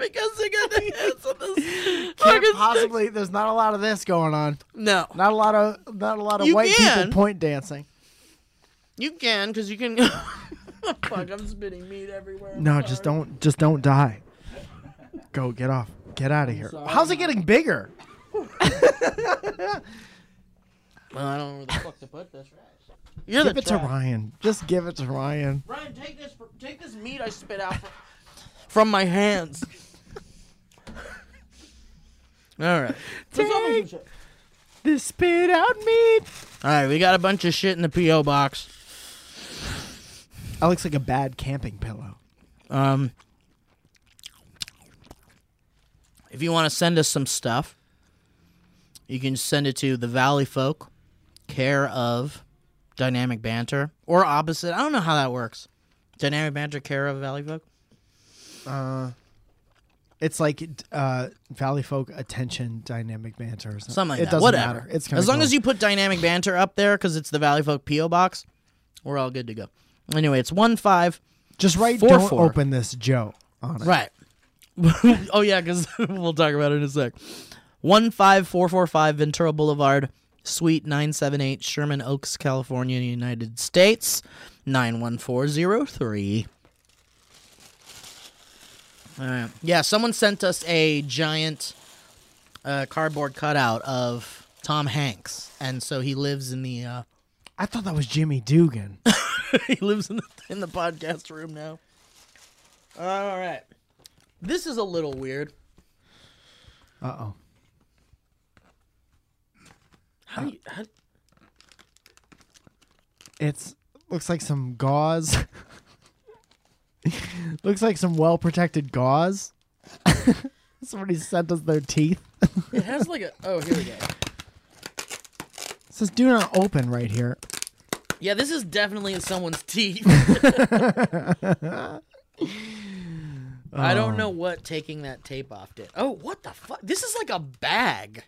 because they got the hands on this. fucking-
Possibly, there's not a lot of this going on.
No,
Not a lot of not a lot of
You
white
can.
people point dancing.
you can because you can. Fuck, I'm spitting meat everywhere. I'm
No, just
sorry.
don't just don't die. Go get off. Get out of here. How's it getting bigger?
Well, I don't know where the fuck to put this. You're
Give
the
it to
trash.
Ryan. Just give it to Ryan.
Ryan, take this, take this meat I spit out from, from my hands. All right. Let's open some
Take-
shit.
This spit out meat.
All right, we got a bunch of shit in the PO box.
That looks like a bad camping pillow.
Um, if you want to send us some stuff, you can send it to the Valley Folk, care of Dynamic Banter, or opposite. I don't know how that works. Dynamic Banter, care of Valley Folk.
It's like uh, Valley Folk attention dynamic banter or something.
Something like
it
that.
doesn't
Whatever.
matter. It's kinda
as long
cool.
as you put dynamic banter up there because it's the Valley Folk PO box, we're all good to go. Anyway, it's one five.
just write
four,
do don't
four.
open this Joe on it.
Right. oh yeah, because we'll talk about it in a sec. One five four four five Ventura Boulevard, Suite nine seven eight, Sherman Oaks, California, United States, nine one four zero three. All right. Yeah, someone sent us a giant uh, cardboard cutout of Tom Hanks, and so he lives in the uh,
I thought that was Jimmy Dugan.
he lives in the, in the podcast room now. All right. This is a little weird.
Uh oh.
How do you,
Uh,
how,
It's looks like some gauze. looks like some well protected gauze. Somebody sent us their teeth.
it has like a. Oh, here we go.
It says do not open right here.
Yeah, this is definitely someone's teeth. I don't know what taking that tape off did. Oh, what the fuck? This is like a bag.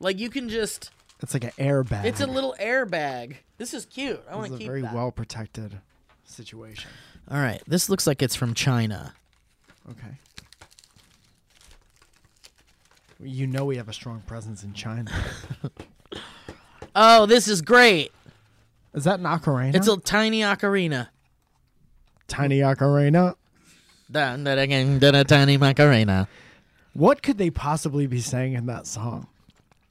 Like you can just.
It's like an airbag.
It's a little airbag. This is cute. I want
It's
to
a
keep
very
that.
well protected situation.
All right, this looks like it's from China.
Okay. You know we have a strong presence in China.
Oh, this is great.
Is that an ocarina?
It's a tiny ocarina.
tiny ocarina.
Dun, dun, dun, dun, dun, a tiny macarena.
What could they possibly be saying in that song?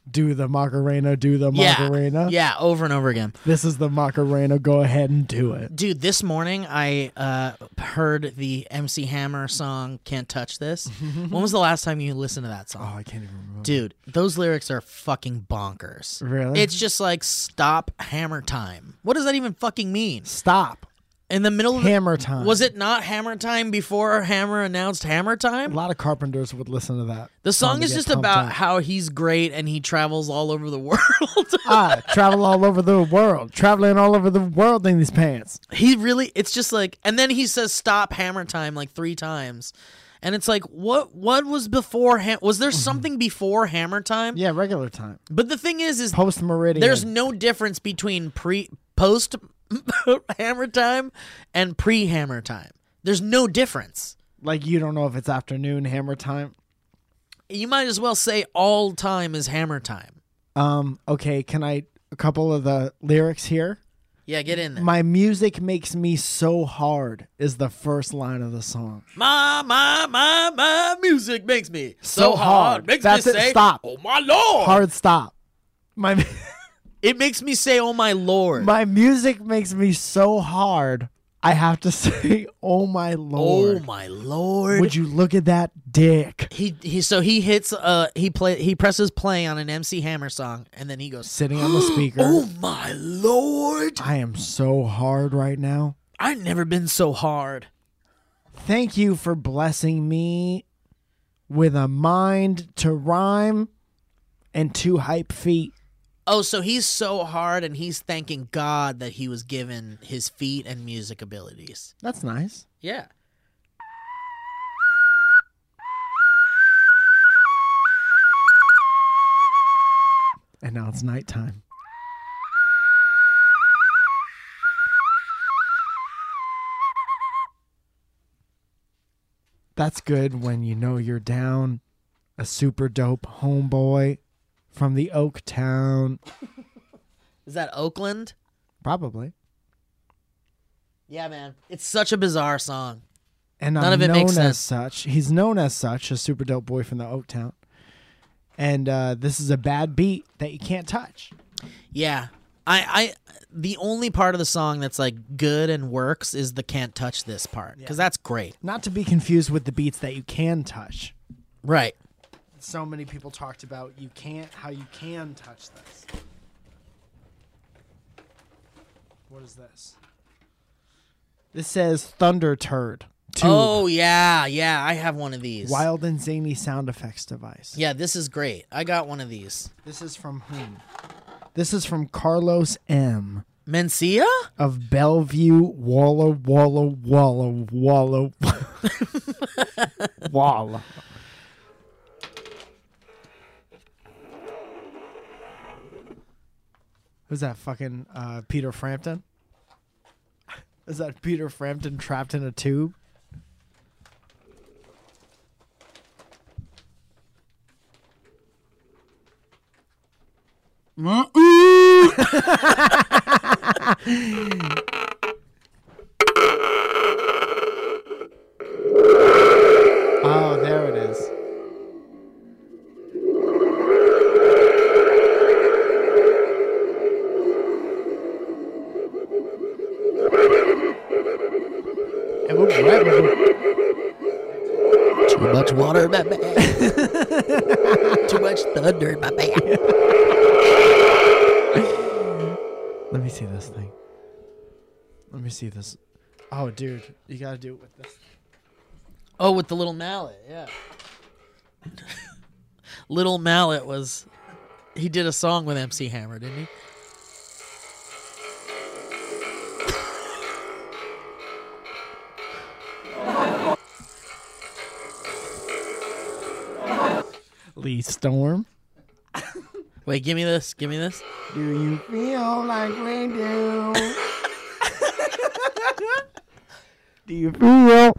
Do the Macarena, do the
Yeah.
Macarena.
Yeah, over and over again.
This is the Macarena, go ahead and do it.
Dude, this morning I uh, heard the MC Hammer song Can't Touch This. when was the last time you listened to that
Oh,
song?
I can't even remember.
Dude, those lyrics are fucking bonkers.
Really?
It's just like stop hammer time. What does that even fucking mean?
Stop.
In the middle of the-
Hammer time.
Was it not hammer time before Hammer announced hammer
A
time?
lot of carpenters would listen to that.
The song
to
is
get
just
pumped
about
up.
how he's great and he travels all over the world.
ah, travel all over the world, traveling all over the world in these pants.
he really it's just like and then he says stop hammer time like 3 times. And it's like what what was before ham- was there something before hammer time?
Mm-hmm. Yeah, regular time.
But the thing is is
Post meridian.
there's no difference between pre post hammer time and pre hammer time. There's no difference.
like you don't know if it's afternoon hammer time.
You might as well say all time is hammer time.
Um, okay, can I a couple of the lyrics here?
Yeah, get in there.
My music makes me so hard is the first line of the song.
My my my my music makes me so,
So
hard.
hard.
Makes
That's
me
it.
say,
Stop.
"Oh my lord!"
Hard stop. My
It makes me say, "Oh my lord!"
my music makes me so hard. I have to say, oh my
oh
lord.
my lord!
Would you look at that dick
he he so he hits uh he play he presses play on an MC Hammer song and then he goes,
sitting on the speaker?
"Oh my lord!
I am so hard right now.
I've never been so hard."
Thank you for blessing me with a mind to rhyme and two hype feet.
Oh, so he's so hard and he's thanking God that he was given his feet and music abilities.
That's nice.
Yeah.
And now it's nighttime. That's good when you know you're down. A super dope homeboy from the Oak Town.
Is that Oakland?
Probably.
Yeah, man. It's such a bizarre song.
And
None
I'm
of it
known
makes
as
sense.
such. He's known as such, a super dope boy from the Oak Town. And uh, this is a bad beat that you can't touch.
Yeah. I, I the only part of the song that's like good and works is the can't touch this part because that's great.
Not to be confused with the beats that you can touch.
Right.
so many people talked about you can't how you can touch this. What is this? This says Thunder Turd. Tube.
Oh yeah, yeah. I have one of these.
Wild and zany sound effects device.
Yeah, this is great. I got one of these.
This is from whom? This is from Carlos M.
Mencia?
of Bellevue, Walla Walla Walla Walla Walla. Who's that fucking uh, Peter Frampton? Is that Peter Frampton trapped in a tube? Oh, there it is. It would red with
Too much water, my man. Too much thunder, my man.
a- Let me see this thing. Let me see this. Oh, dude, you gotta do it with this.
Oh, with the little mallet, yeah. little mallet was he did a song with MC Hammer, didn't he?
Lee Storm.
Wait, give me this. Give me this.
Do you feel like we do? do you feel?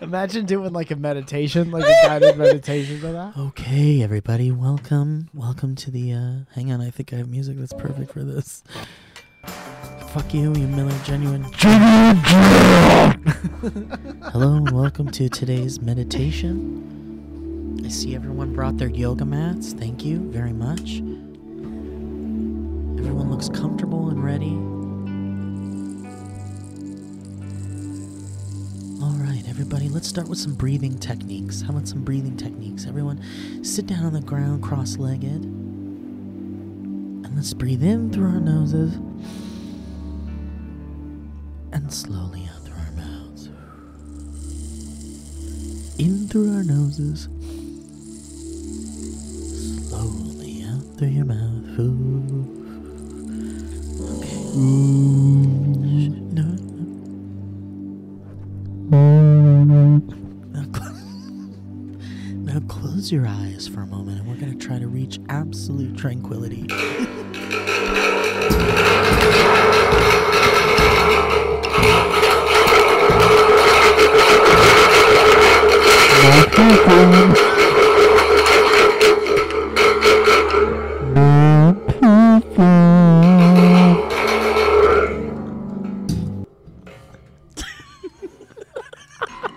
Imagine doing like a meditation, like a guided meditation for that.
Okay, everybody, welcome. Welcome to the. Uh, hang on, I think I have music that's perfect for this. Fuck you, you Miller Genuine. Hello, and welcome to today's meditation. I see everyone brought their yoga mats. Thank you very much. Everyone looks comfortable and ready. All right, everybody, let's start with some breathing techniques. How about some breathing techniques? Everyone, sit down on the ground cross legged. And let's breathe in through our noses and slowly out through our mouths. In through our noses, slowly out through your mouth. Ooh. Okay. No, no. Now, cl- now close your eyes for a moment and we're going to try to reach absolute tranquility.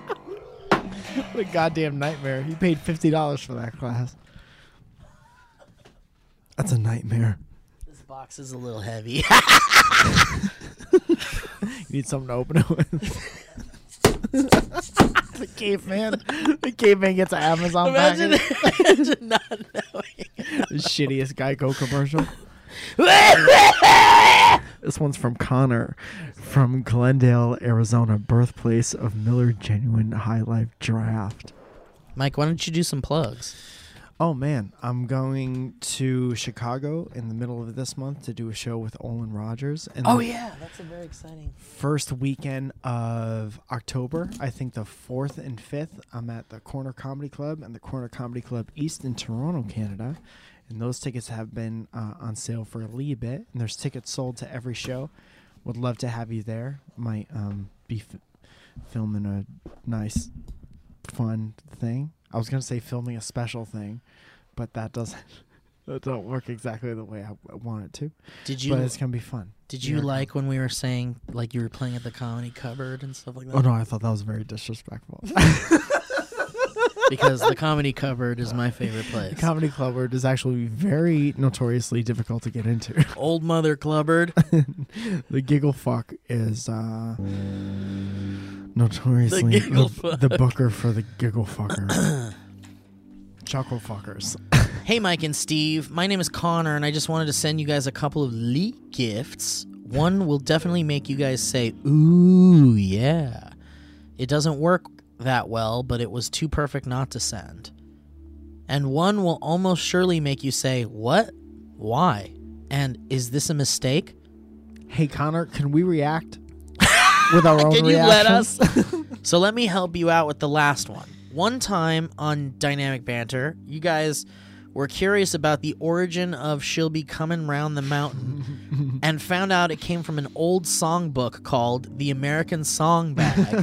What a goddamn nightmare. He paid fifty dollars for that class. That's a nightmare.
This box is a little heavy.
You need something to open it with. the caveman. The caveman gets an Amazon
Imagine,
package.
imagine not
The shittiest Geico commercial.
knowing.
This one's from Connor from Glendale, Arizona, birthplace of Miller Genuine High Life Draft.
Mike, why don't you do some plugs?
Oh man, I'm going to Chicago in the middle of this month to do a show with Olin Rogers. And the
yeah, that's a very exciting.
First weekend of October, I think the fourth and fifth, I'm at the Corner Comedy Club and the Corner Comedy Club East in Toronto, Canada. And those tickets have been uh, on sale for a little bit, and there's tickets sold to every show. Would love to have you there. Might um, be f- filming a nice, fun thing. I was gonna say filming a special thing, but that doesn't that don't work exactly the way I w- want it to.
Did
but
you
it's gonna be fun.
did you
Yeah.
like when we were saying like you were playing at the comedy cupboard and stuff like that?
Oh no, I thought that was very disrespectful.
Because the comedy cupboard is my favorite place.
The comedy clubbard is actually very notoriously difficult to get into.
Old mother cupboard.
the giggle fuck is uh, notoriously the,
giggle fuck.
the booker for the giggle fucker. Chuckle fuckers.
Hey, Mike and Steve. My name is Connor, and I just wanted to send you guys a couple of Lee gifts. One will definitely make you guys say, Ooh, yeah. It doesn't work that well, but it was too perfect not to send. And one will almost surely make you say, What? Why? And is this a mistake?
Hey Connor, can we react with our own
Can you let
reactions?
So let me help you out with the last one. One time on Dynamic Banter, you guys were curious about the origin of She'll Be Coming Round the Mountain and found out it came from an old songbook called The American Song Bag.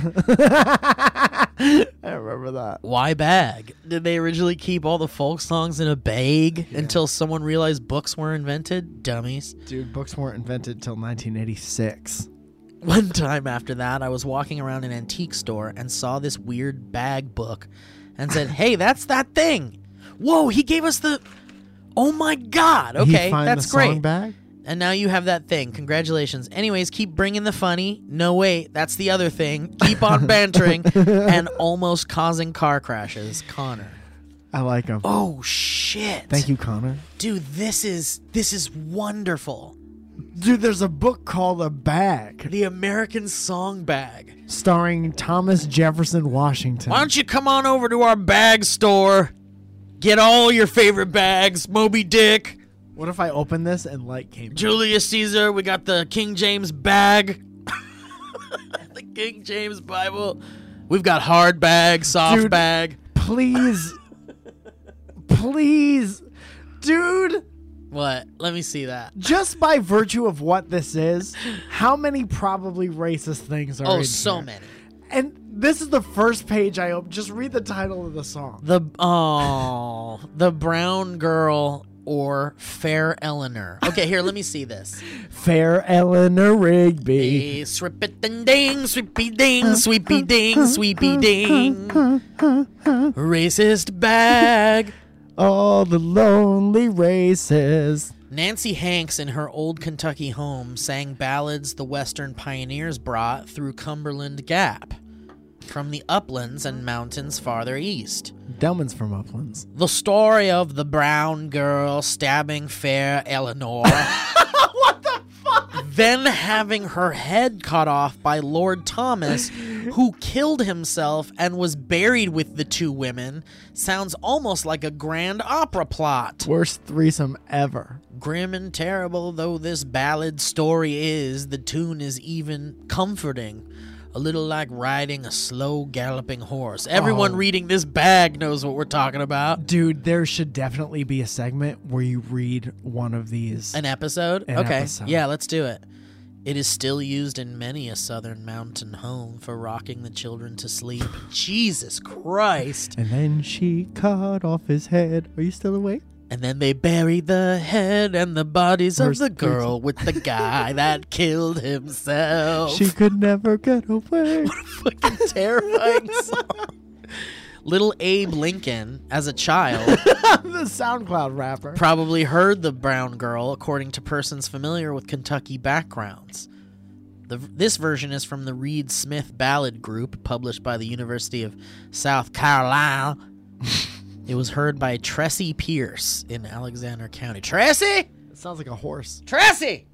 I remember that.
Why bag? Did they originally keep all the folk songs in a bag until someone realized books were invented? Dummies.
Dude, books weren't invented till 1986.
One time after that, I was walking around an antique store and saw this weird bag book and said, Hey, that's that thing. Whoa, he gave us the. Oh my God.
He'd
Okay,
find
that's
the song
great.
bag?
And now you have that thing. Congratulations. Anyways, keep bringing the funny. No, wait, that's the other thing. Keep on bantering and almost causing car crashes. Connor.
I like him.
Oh, shit.
Thank you, Connor.
Dude, this is this is wonderful.
Dude, there's a book called A Bag.
The American Song Bag.
starring Thomas Jefferson Washington.
Why don't you come on over to our bag store? Get all your favorite bags Moby Dick,
What if I open this and light came?
Julius Caesar, we got the King James bag, the King James Bible. We've got hard bag, soft
Dude.
bag.
Please, please, dude.
What? Let me see that.
Just by virtue of what this is, how many probably racist things are?
Oh,
in
so
here?
many.
And this is the first page I open. Just read the title of the song.
The oh, the brown girl or fair Eleanor. Okay, here, let me see this.
Fair Eleanor Rigby.
Eh, Sweep it and ding, sweepy ding, sweepy ding, sweepy ding. Racist bag.
All the lonely races.
Nancy Hanks in her old Kentucky home sang ballads the Western pioneers brought through Cumberland Gap from the uplands and mountains farther east.
Delman's from Uplands.
The story of the brown girl stabbing fair Eleanor. what the fuck? Then having her head cut off by Lord Thomas, who killed himself and was buried with the two women, sounds almost like a grand opera plot.
Worst threesome ever.
Grim and terrible though this ballad story is, the tune is even comforting. A little like riding a slow galloping horse. Everyone
Oh.
reading this bag knows what we're talking about.
Dude, there should definitely be a segment where you read one of these.
An episode?
An
okay.
episode.
Yeah, let's do it. It is still used in many a southern mountain home for rocking the children to sleep. Jesus Christ.
And then she cut off his head. Are you still awake?
And then they bury the head and the bodies of
First
the
person.
girl with the guy that killed himself.
She could never get away.
fucking terrifying song. Little Abe Lincoln, as a child,
the SoundCloud rapper.
probably heard the brown girl, according to persons familiar with Kentucky backgrounds. The, this version is from the Reed Smith Ballad Group, published by the University of South Carolina. it was heard by Tressie Pierce in Alexander County. Tressie!
It sounds like a horse.
Tressie!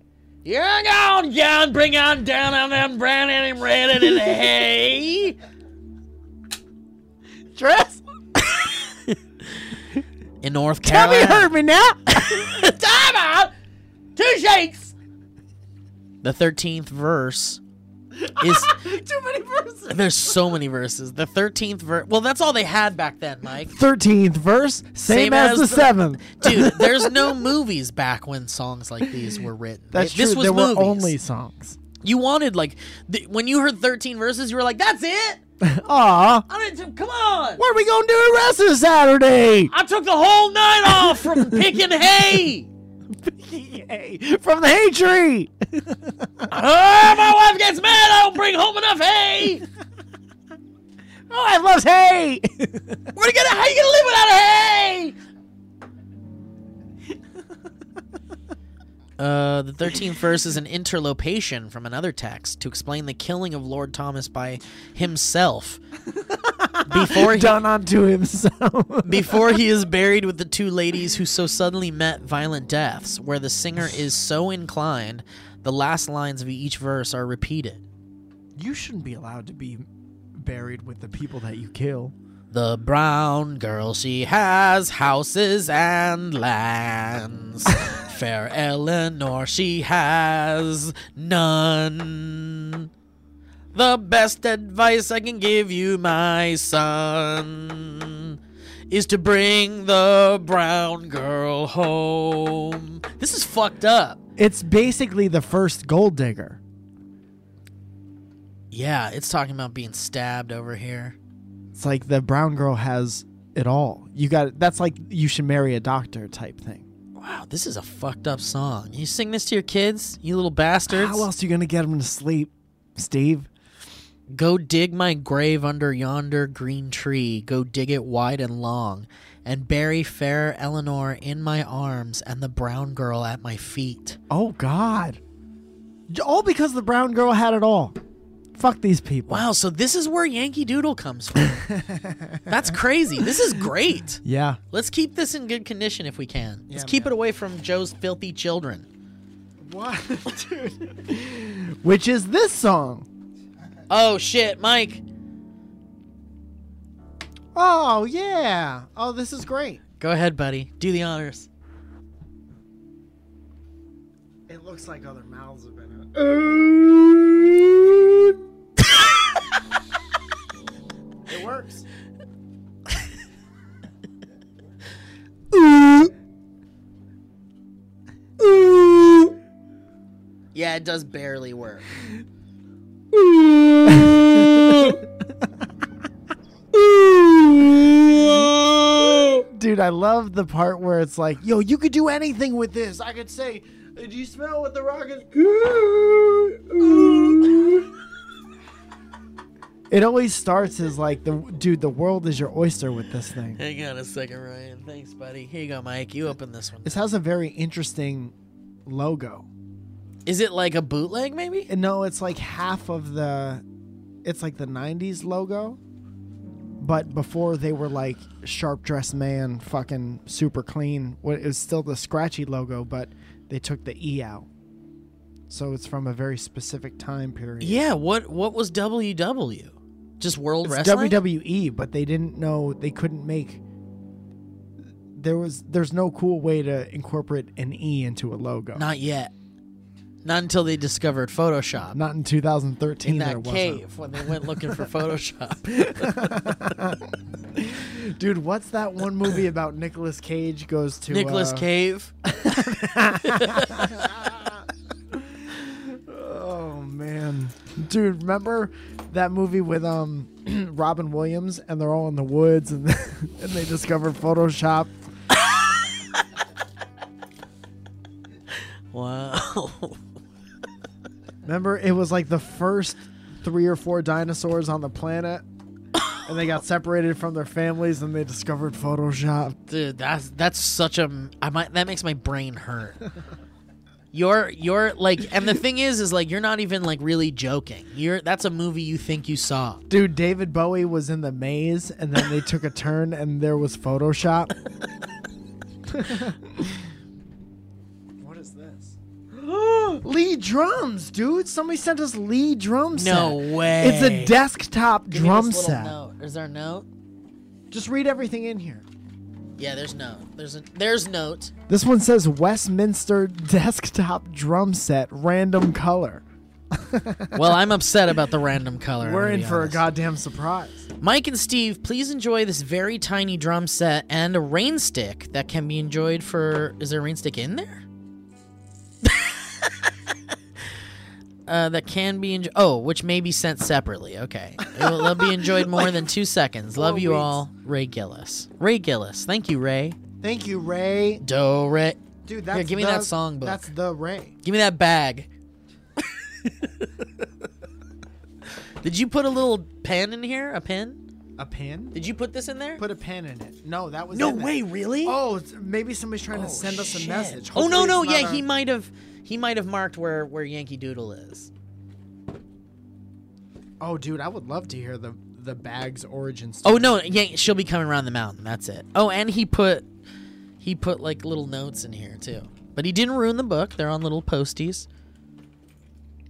You're on, John! Bring on down on them brown and red and the hay!
Dress.
in North
Have you
Carolina.
heard me now?
Time out! Two shakes! The 13th verse is.
Too many verses.
There's so many verses. The 13th verse. Well, that's all they had back then, Mike.
Thirteenth verse, same,
Same
as,
as
the
the-
seventh.
Dude, there's no movies back when songs like these were written.
That's
this
true.
was
there
movies.
were only songs.
You wanted, like, th- when you heard 13 verses, you were like, that's it?
Aw,
I'm into. Come on!
what are we gonna do the rest of Saturday?
I took the whole night off from picking hay!
Yay, From the hay tree.
Oh, my wife gets mad I don't bring home enough hay!
Oh, I love hay.
Where you gonna, how you gonna live without hay? Uh, the 13th verse is an interlopation from another text to explain the killing of Lord Thomas by himself before he,
Done unto himself.
before he is buried with the two ladies who so suddenly met violent deaths, where the singer is so inclined, the last lines of each verse are repeated.
you shouldn't be allowed to be buried with the people that you kill.
The brown girl, she has houses and lands. Fair Eleanor, she has none. The best advice I can give you, my son, is to bring the brown girl home. This is fucked up.
It's basically the first gold digger.
Yeah, it's talking about being stabbed over here.
It's like the brown girl has it all. You got that's like you should marry a doctor type thing.
Wow, this is a fucked up song. You sing this to your kids, you little bastards?
How else are you gonna get him to sleep, Steve?
Go dig my grave under yonder green tree. Go dig it wide and long, and bury fair Eleanor in my arms and the brown girl at my feet.
Oh God! J- All because the brown girl had it all. Fuck these people.
Wow, so this is where Yankee Doodle comes from. That's crazy. This is great.
Yeah,
Let's keep this in good condition if we can. Let's keep it away from Joe's filthy children.
which is this song?
Oh shit, Mike.
Oh yeah. Oh, this is great.
Go ahead, buddy. Do the honors.
It looks like other mouths have been. it works.
Yeah, it does barely work.
dude, I love the part where it's like, yo, you could do anything with this. I could say, did you smell what the rock is? it always starts as like the dude, the world is your oyster with this thing.
Hang on a second, Ryan. Thanks, buddy. Here you go, Mike. You open this one.
This has a very interesting logo.
Is it like a bootleg, maybe?
And no, it's like half of the it's like the 90s logo. But before they were like sharp dressed man, fucking super clean. Well, It was still the scratchy logo, but they took the E out. So it's from a very specific time period.
Yeah. What What was WW? Just World
It's
Wrestling.
WWE, E, but they didn't know they couldn't make there was there's no cool way to incorporate an E into a logo.
Not yet. Not until they discovered Photoshop
Not in 2013
in
there
that
wasn't.
cave when they went looking for Photoshop.
Dude, what's that one movie about Nicolas Cage goes to
Nicholas
uh,
Cave.
Oh man. Dude, remember that movie with um Robin Williams and they're all in the woods and and they discover Photoshop.
Wow.
Remember it was like the first 3 or 4 dinosaurs on the planet and they got separated from their families and they discovered Photoshop.
Dude, that's that's such a I might that makes my brain hurt. You're you're like and the thing is is like you're not even like really joking. You're that's a movie you think you saw.
Dude, David Bowie was in the maze and then they took a turn and there was Photoshop. what is this? Lee drums, dude. Somebody sent us Lee drum set.
No way.
It's a desktop
Give me
drum
this
set.
little Note. Is there a note?
Just read everything in here.
Yeah, there's note. There's a there's note.
This one says Westminster desktop drum set, random color.
Well, I'm upset about the random color. I'm
We're
gonna
in
be
for a
honest.
goddamn surprise.
Mike and Steve, please enjoy this very tiny drum set and a rain stick that can be enjoyed for. Is there a rain stick in there? uh, that can be enjoyed. Oh, which may be sent separately. Okay. It will they'll be enjoyed more than two seconds. Love you
weeks.
all. Ray Gillis. Ray Gillis. Thank you, Ray.
Thank you, Ray.
Do Ray.
Dude, that's
give me
the-
that songbook.
That's the Ray.
Give me that bag. Did you put a little pen in here? A pen?
A pin?
Did you put this in there?
Put a pen in it. No, that was
no
in there.
way, really? Oh,
Oh, it's- maybe somebody's trying to send us a
Shit.
message.
Oh no,
Hopefully
no,
it's
yeah,
not
he
our-
might have he might have marked where where Yankee Doodle is.
Oh, dude, I would love to hear the the bag's origin story.
Oh no, Yan- she'll be coming around the mountain. That's it. Oh, and he put he put like little notes in here too. But he didn't ruin the book. They're on little posties.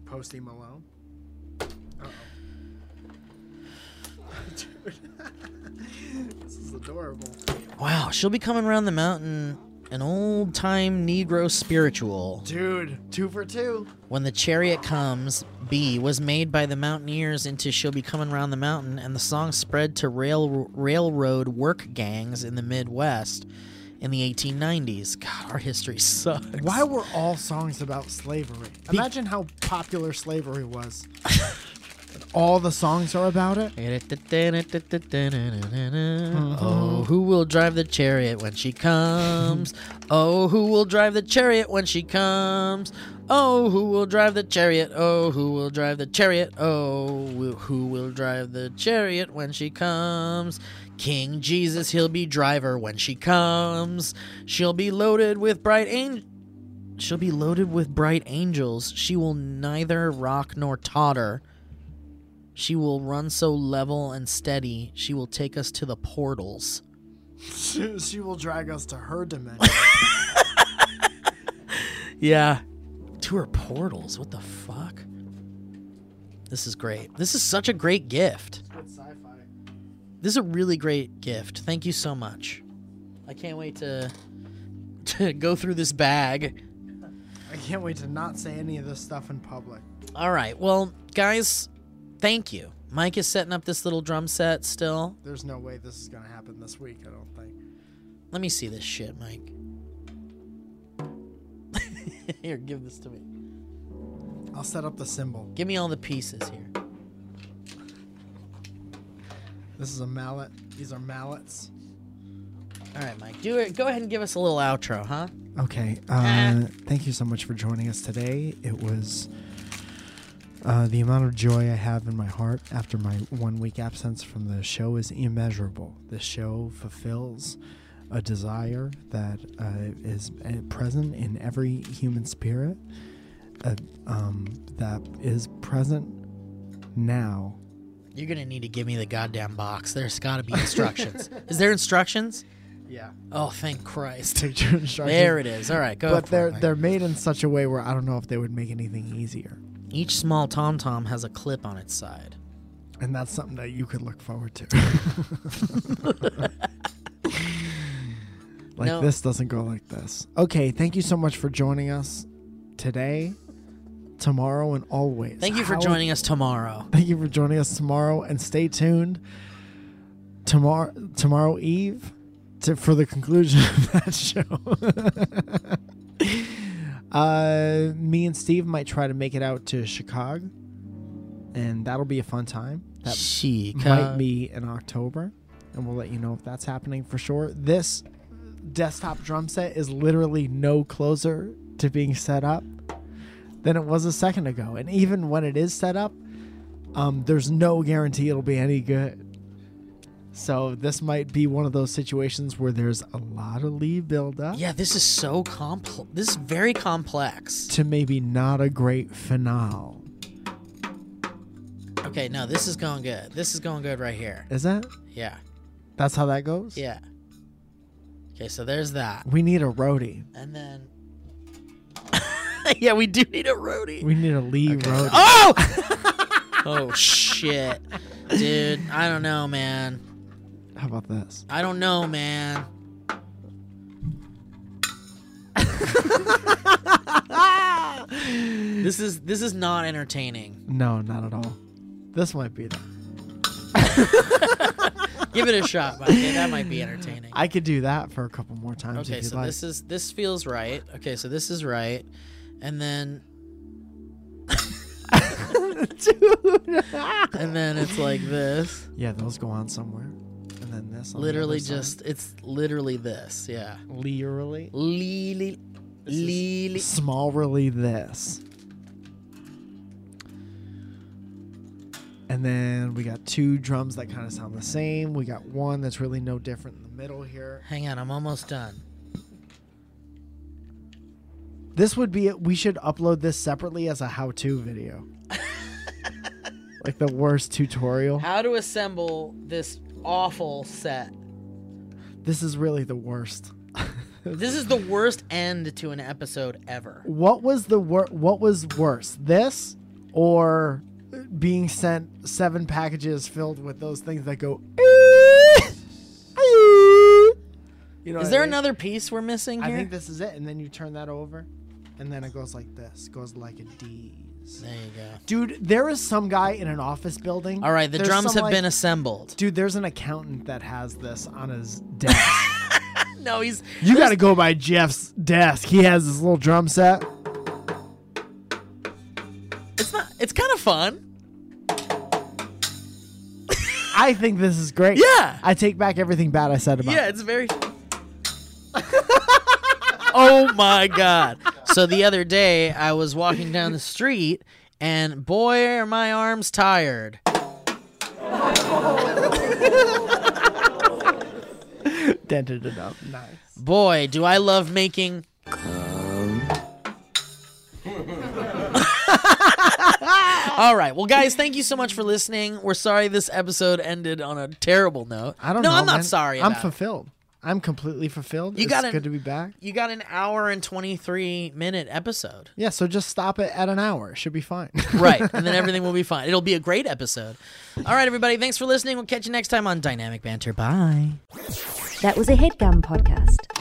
Posty Malone. Uh-oh. Dude, this is adorable.
Wow, she'll be coming around the mountain. An old time Negro spiritual.
Dude, two for two.
When the chariot comes, B was made by the mountaineers into She'll Be Coming Round the Mountain, and the song spread to rail railroad work gangs in the Midwest in the 1890s. God, our history sucks.
Why were all songs about slavery? Imagine how popular slavery was. And all the songs are about it.
Oh, who will drive the chariot when she comes? Oh, who will drive the chariot when she comes? Oh, who will drive the chariot? Oh, who will drive the chariot? Oh, wh- who will drive the chariot when she comes? King Jesus, he'll be driver when she comes. She'll be loaded with bright angels. She'll be loaded with bright angels. She will neither rock nor totter. She will run so level and steady. She will take us to the portals.
She, she will drag us to her dimension.
Yeah. To her portals. What the fuck? This is great. This is such a great gift. This is a really great gift. Thank you so much. I can't wait to to go through this bag.
I can't wait to not say any of this stuff in public.
All right. Well, guys, thank you. Mike is setting up this little drum set still.
There's no way this is gonna happen this week. I don't think.
Let me see this shit, Mike. Here, give this to me.
I'll set up the symbol.
Give me all the pieces here.
This is a mallet. These are mallets.
All right, Mike. Do it. Go ahead and give us a little outro, huh?
Okay. Uh, Thank you so much for joining us today. It was uh, the amount of joy I have in my heart after my one week absence from the show is immeasurable. The show fulfills a desire that uh, is uh, present in every human spirit, uh, um, that is present now.
You're gonna need to give me the goddamn box. There's gotta be instructions. Is there instructions?
Yeah.
Oh, thank Christ.
Picture instruction.
There it is. All right, go.
But
for
they're
it, Mike.
they're made in such a way where I don't know if they would make anything easier.
Each small tom tom has a clip on its side.
And that's something that you could look forward to. like
No.
this doesn't go like this. Okay, thank you so much for joining us today, tomorrow, and always.
Thank you for
How-
joining us tomorrow.
Thank you for joining us tomorrow, and stay tuned tomorrow tomorrow Eve to, for the conclusion of that show. uh, me and Steve might try to make it out to Chicago, and that'll be a fun time. That
She
might be in October, and we'll let you know if that's happening for sure. This desktop drum set is literally no closer to being set up than it was a second ago, and even when it is set up, um, there's no guarantee it'll be any good. So this might be one of those situations where there's a lot of lead buildup
Yeah, this is so complex. This is very complex.
to maybe not a great finale.
Okay, no, this is going good. This is going good right here.
Is that?
Yeah,
That's how that goes.
yeah. Okay, so there's that,
We need a roadie.
and then. yeah, we do need a roadie.
We need a lead roadie.
Oh! oh shit, dude. I don't know, man.
How about this?
I don't know, man. this is this is not entertaining.
No, not at all. This might be that.
Give it a shot, Mike. That might be entertaining.
I could do that for a couple more times
Okay,
if you'd
so
like.
this is this feels right. Okay, so this is right, and then
Dude.
and then it's like this.
yeah, those go on somewhere. And then this. on the
Literally,
other side.
just it's literally this. Yeah.
literally
Lily, lily.
small really this. And then we got two drums that kind of sound the same. We got one that's really no different in the middle here.
Hang on, I'm almost done.
This would be it. We should upload this separately as a how-to video. like the worst tutorial.
How to assemble this awful set.
This is really the worst.
This is the worst end to an episode ever.
what was the wor- what was worse this or being sent seven packages filled with those things that go you know
Is
what
there
I mean?
another piece we're missing
i
here?
think this is it and then you turn that over and then it goes like this goes like a d's
there you go.
dude there is some guy in an office building
All right, the
There's
drums
some,
have
like-
been assembled.
dude there's an accountant that has this on his desk
No, he's
you gotta go by jeff's desk he has this little drum set
it's not it's kind of fun.
i think this is great
Yeah.
i take back everything bad i said about it.
Yeah, it's very Oh my god. So the other day I was walking down the street and boy are my arms tired.
dented it up. Nice.
Boy, do I love making All right. Well, guys, thank you so much for listening. We're sorry this episode ended on a terrible note.
I don't
no,
know.
I'm not
man.
sorry.
I'm
about it.
fulfilled. I'm completely fulfilled.
You
it's
gotta-
good to be back.
You got an hour and 23 minute episode.
Yeah, so just stop it at an hour. It should be fine.
Right. and then everything will be fine. It'll be a great episode. All right, everybody. Thanks for listening. We'll catch you next time on Dynamic Banter. Bye.
That was a headgum podcast.